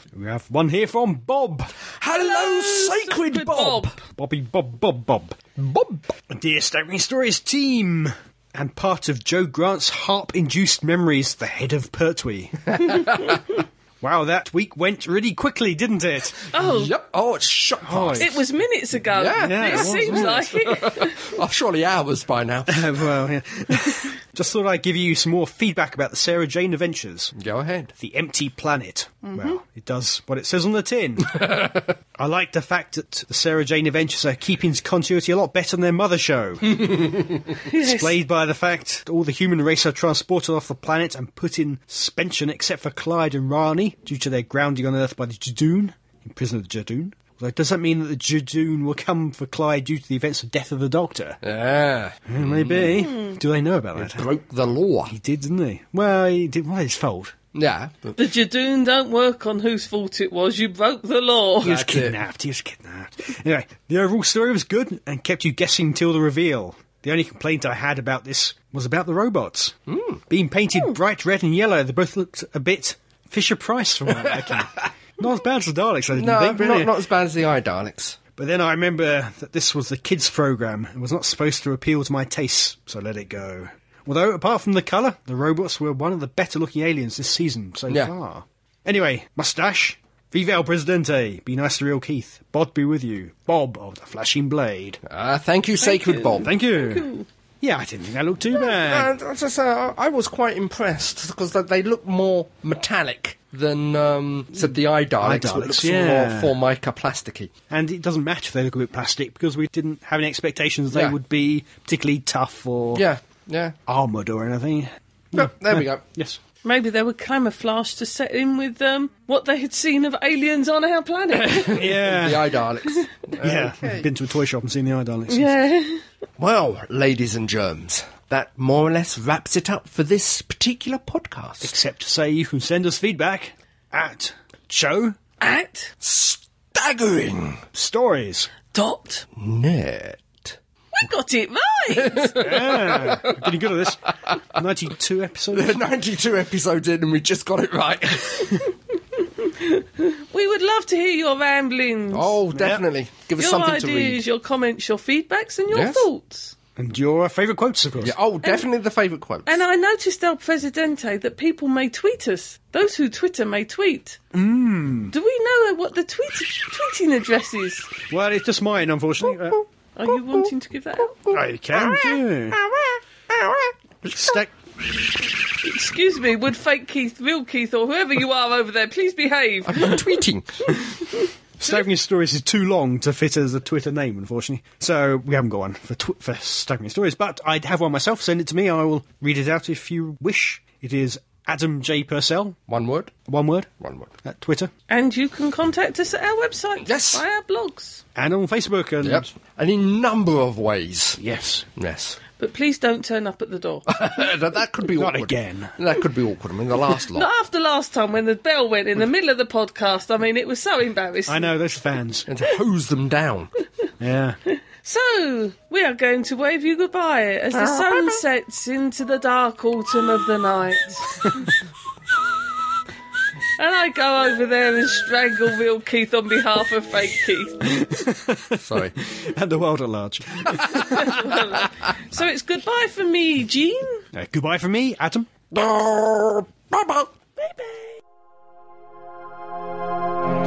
Speaker 3: *laughs* we have one here from Bob.
Speaker 1: Hello, sacred,
Speaker 2: Good
Speaker 1: Bob.
Speaker 3: Bobby Bob Bob Bob.
Speaker 1: Bob.
Speaker 3: Dear Staggering Stories team! And part of Joe Grant's harp induced memories, the head of Pertwee. wow, that week went really quickly, didn't it?
Speaker 2: Oh,
Speaker 1: Yep. Oh, it's shot past.
Speaker 2: it was minutes ago.
Speaker 1: Yeah.
Speaker 3: Yeah,
Speaker 2: it,
Speaker 3: it was
Speaker 2: seems like it.
Speaker 1: Oh, surely hours by now.
Speaker 3: Uh, *laughs* well, yeah. *laughs* Just thought I'd give you some more feedback about the Sarah Jane Adventures.
Speaker 1: Go ahead.
Speaker 3: The Empty Planet. Well, it does what it says on the tin. I like the fact that the Sarah Jane Adventures are keeping to continuity a lot better than their mother show. Displayed by the fact that all the human race are transported off the planet and put in suspension except for Clyde and Rani due to their grounding on Earth by the Jadoon, in prison of the Jadoon. Although, does that mean that the Jadoon will come for Clyde due to the events of Death of the Doctor?
Speaker 1: Yeah.
Speaker 3: Eh, Maybe. Do they know about that?
Speaker 1: Broke the law.
Speaker 3: He did, didn't he? Well, he did. Well, his fault.
Speaker 1: Yeah.
Speaker 2: The Jadoon don't work on whose fault it was. You broke the law.
Speaker 3: He was
Speaker 1: That's it.
Speaker 3: kidnapped. He was kidnapped. Anyway, the overall story was good and kept you guessing till the reveal. The only complaint I had about this was about the robots.
Speaker 1: Hmm.
Speaker 3: Being painted bright red and yellow, they both looked a bit Fisher Price for my liking.
Speaker 1: *laughs*
Speaker 3: Not as bad as the Daleks, I didn't
Speaker 1: No,
Speaker 3: think, really.
Speaker 1: not, not as bad as the Eye Daleks.
Speaker 3: But then I remember that this was the kids' program and was not supposed to appeal to my tastes, so let it go. Although, apart from the colour, the robots were one of the better looking aliens this season so
Speaker 1: Yeah.
Speaker 3: far. Anyway, mustache. Viva el Presidente. Be nice to real Keith. Bod be with you. Bob of the Flashing Blade.
Speaker 1: Ah, thank you, Sacred Bob.
Speaker 3: Thank you. Yeah, I didn't think that looked too bad.
Speaker 1: And as I say, I I was quite impressed because they- they look more metallic than um, said the Eye Daleks,
Speaker 3: Daleks,
Speaker 1: which looks
Speaker 3: yeah.
Speaker 1: more formica plasticky.
Speaker 3: And it doesn't matter if they look a bit plastic because we didn't have any expectations they
Speaker 1: Yeah.
Speaker 3: would be particularly tough or
Speaker 1: Yeah, yeah.
Speaker 3: armoured or anything.
Speaker 1: Look, there we go.
Speaker 3: Yes.
Speaker 2: Maybe they were camouflaged to set in with um, what they had seen of aliens on our
Speaker 1: *laughs*
Speaker 2: planet.
Speaker 3: Yeah.
Speaker 1: The Eye *laughs* Daleks.
Speaker 3: Yeah, I've been to a toy shop and seen the eye darlings.
Speaker 2: yeah.
Speaker 1: well, ladies and germs, that more or less wraps it up for this particular podcast.
Speaker 3: Except to say you can send us feedback at show
Speaker 2: At
Speaker 1: Staggering
Speaker 3: stories.
Speaker 2: dot.
Speaker 1: net.
Speaker 2: We got it right.
Speaker 3: Yeah, I'm Ah, getting good at this.
Speaker 1: *laughs*
Speaker 3: 92 episodes.
Speaker 1: 92 episodes in and we just got it
Speaker 3: *laughs*
Speaker 1: right.
Speaker 2: we would love to hear your ramblings.
Speaker 1: oh, definitely. Give us
Speaker 2: your
Speaker 1: something
Speaker 2: ideas,
Speaker 1: to read.
Speaker 2: your comments, your feedbacks, and your
Speaker 1: Yes.
Speaker 2: thoughts.
Speaker 3: And your favourite quotes, of course.
Speaker 1: Yeah, oh, definitely the favourite quotes. *laughs*
Speaker 2: And I noticed, El Presidente, that people may tweet us. Those who Twitter may tweet. Mm. Do we know what the tweet tweeting address is?
Speaker 3: Well, it's just mine, unfortunately. Uh,
Speaker 2: Are you wanting to give that out?
Speaker 3: I can do. Stack.
Speaker 2: Excuse me, would fake Keith, real Keith, or whoever you are over there, please behave?
Speaker 1: I'm tweeting.
Speaker 3: Staggering Stories is too long to fit as a Twitter name, unfortunately. So we haven't got one for, tw- for Staggering Stories, but I'd have one myself. Send it to me. I will read it out if you wish. It is Adam J. Purcell,
Speaker 1: One word.
Speaker 3: one word,
Speaker 1: One word.
Speaker 3: at Twitter
Speaker 2: And you can contact us at our website.
Speaker 1: Yes.
Speaker 2: By our blogs.
Speaker 3: and on Facebook. And
Speaker 1: Yep. And in number of ways.
Speaker 3: Yes.
Speaker 1: Yes. *laughs*
Speaker 2: But please don't turn up at the door.
Speaker 1: that, that could be
Speaker 3: Not
Speaker 1: awkward.
Speaker 3: again.
Speaker 1: That could be awkward. I mean, the
Speaker 2: *laughs*
Speaker 1: last lot.
Speaker 2: Not after last time when the bell went in the middle of the podcast. I mean, it was so embarrassing.
Speaker 3: I know, those fans.
Speaker 1: And to hose them down.
Speaker 3: Yeah. *laughs*
Speaker 2: So, we are going to wave you goodbye as the sun sets into the dark autumn of the night. and I go over there and strangle real Keith on behalf of fake Keith. *laughs*
Speaker 1: Sorry.
Speaker 3: and the world at large.
Speaker 2: So it's goodbye for me, Jean.
Speaker 3: Uh, goodbye from me, Adam.
Speaker 1: bye bye.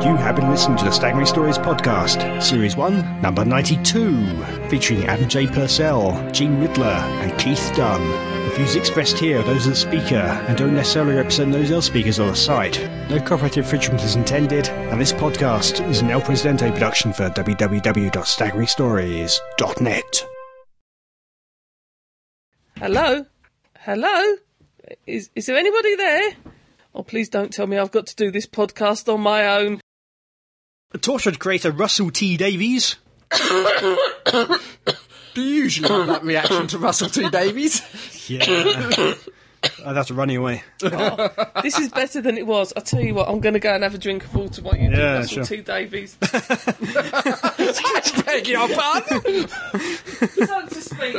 Speaker 3: You have been listening to the Staggering Stories podcast, series one, number 92, featuring Adam J. Purcell, Gene Riddler, and Keith Dunn. The views expressed here are those of the speaker and don't necessarily represent those other speakers or the site. No copyright infringement is intended, and this podcast is an El Presidente production for www.staggeringstories.net.
Speaker 2: Hello? Hello? Is, is there anybody there? Oh, please don't tell me I've got to do this podcast on my own.
Speaker 3: Tortured creator Russell T. Davies
Speaker 1: Do you usually have that reaction to Russell T
Speaker 2: *laughs*
Speaker 1: Davies?
Speaker 3: Yeah. Uh, I'd have to run you away.
Speaker 2: This is better than it was. I tell you what, I'm going to go and have a drink of water while you do
Speaker 3: Yeah,
Speaker 2: Russell
Speaker 3: sure.
Speaker 2: T
Speaker 3: *laughs*
Speaker 2: Davies. *laughs*
Speaker 1: Beg your pardon.
Speaker 2: *laughs* Time to speak.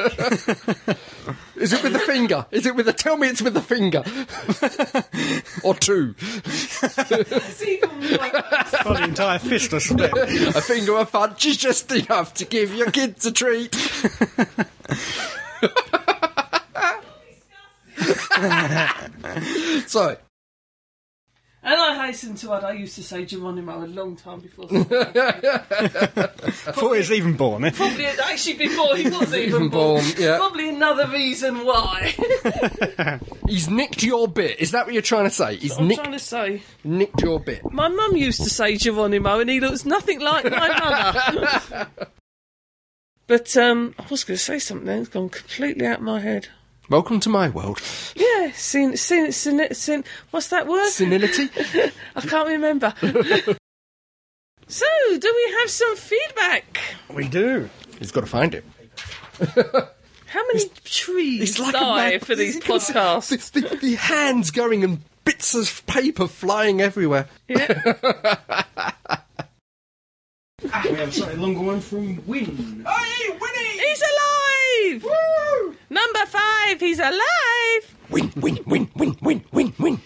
Speaker 1: Is it with the finger? Is it with the? Tell me, it's with the
Speaker 2: *laughs*
Speaker 1: finger. or two.
Speaker 3: Well, the entire fist, I suspect.
Speaker 1: A finger of fudge is just enough to give your kids a
Speaker 2: *laughs*
Speaker 1: treat. so,
Speaker 2: And I hasten to add, I used to say Geronimo a long time before. Probably
Speaker 3: Before he was even born. eh?
Speaker 2: actually before he was even,
Speaker 1: Even
Speaker 2: born.
Speaker 1: born, yeah.
Speaker 2: Probably another reason why. *laughs*
Speaker 1: he's nicked your bit. Is that what you're trying to say? He's
Speaker 2: I'm
Speaker 1: nicked,
Speaker 2: trying to say,
Speaker 1: nicked your bit.
Speaker 2: my mum used to say Geronimo, and he looks nothing like my mother. but um, I was going to say something. It's gone completely out of my head.
Speaker 1: Welcome to my world.
Speaker 2: Yeah, sin, sin, sin, sin. What's that word?
Speaker 1: Senility?
Speaker 2: I can't remember. *laughs* so, do we have some feedback?
Speaker 3: We do.
Speaker 1: He's got to find it.
Speaker 2: How many trees
Speaker 1: *laughs* It's like
Speaker 2: die
Speaker 1: a man-
Speaker 2: for these
Speaker 1: Because
Speaker 2: podcasts?
Speaker 1: The, the, the hands going and bits of paper flying everywhere.
Speaker 2: Yeah.
Speaker 3: We have a slightly longer one from Win.
Speaker 1: Hey, Winnie!
Speaker 2: He's alive! alive! Number five, he's alive!
Speaker 1: Win, win, win, win, win, win, win.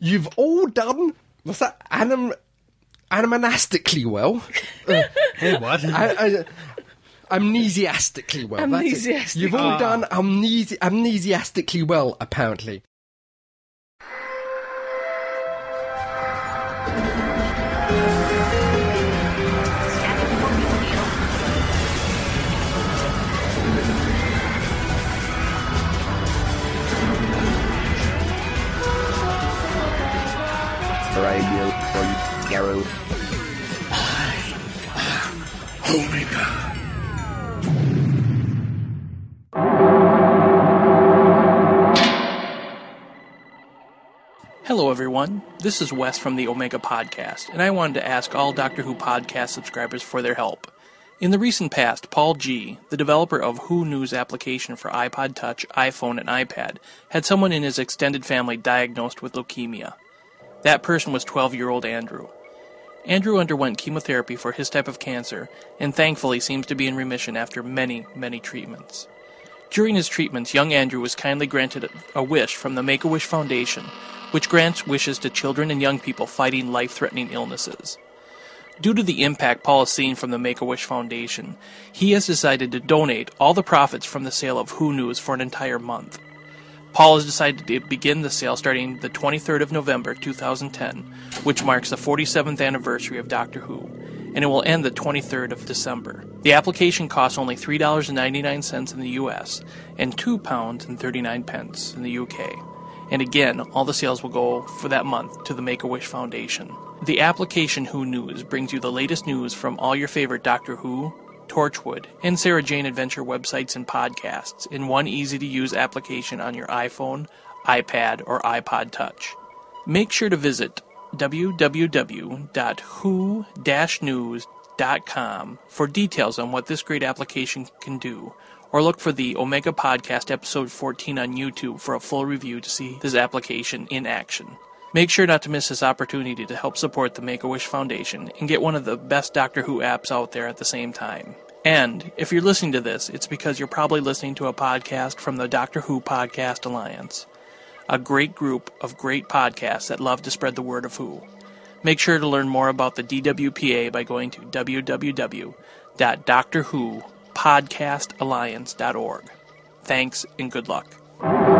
Speaker 5: You've all done what's that anim animanastically well.
Speaker 3: Hey, what?
Speaker 5: I, I, amnesiastically well. that's it.
Speaker 2: Amnesiastic.
Speaker 5: You've all done amnesi- amnesiastically well, apparently.
Speaker 6: Radio from Garrow.
Speaker 7: Hello, everyone. This is Wes from the Omega Podcast, and I wanted to ask all Doctor Who podcast subscribers for their help. In the recent past, Paul G., the developer of Who News application for iPod Touch, iPhone, and iPad, had someone in his extended family diagnosed with leukemia. That person was 12 year old Andrew. Andrew underwent chemotherapy for his type of cancer and thankfully seems to be in remission after many, many treatments. During his treatments, young Andrew was kindly granted a wish from the Make a Wish Foundation, which grants wishes to children and young people fighting life threatening illnesses. Due to the impact Paul has seen from the Make a Wish Foundation, he has decided to donate all the profits from the sale of Who News for an entire month. Paul has decided to begin the sale starting the 23rd of November 2010, which marks the 47th anniversary of Doctor Who, and it will end the 23rd of December. The application costs only $3.99 in the US and £2.39 in the UK. And again, all the sales will go for that month to the Make a Wish Foundation. The application Who News brings you the latest news from all your favorite Doctor Who, Torchwood, and Sarah Jane Adventure websites and podcasts in one easy to use application on your iPhone, iPad, or iPod Touch. Make sure to visit www.who-news.com for details on what this great application can do, or look for the Omega Podcast episode 14 on YouTube for a full review to see this application in action. Make sure not to miss this opportunity to help support the Make-A-Wish Foundation and get one of the best Doctor Who apps out there at the same time. And if you're listening to this, it's because you're probably listening to a podcast from the Doctor Who Podcast Alliance a great group of great podcasts that love to spread the word of Who. Make sure to learn more about the DWPA by going to www.doctorwhopodcastalliance.org. Thanks and good luck.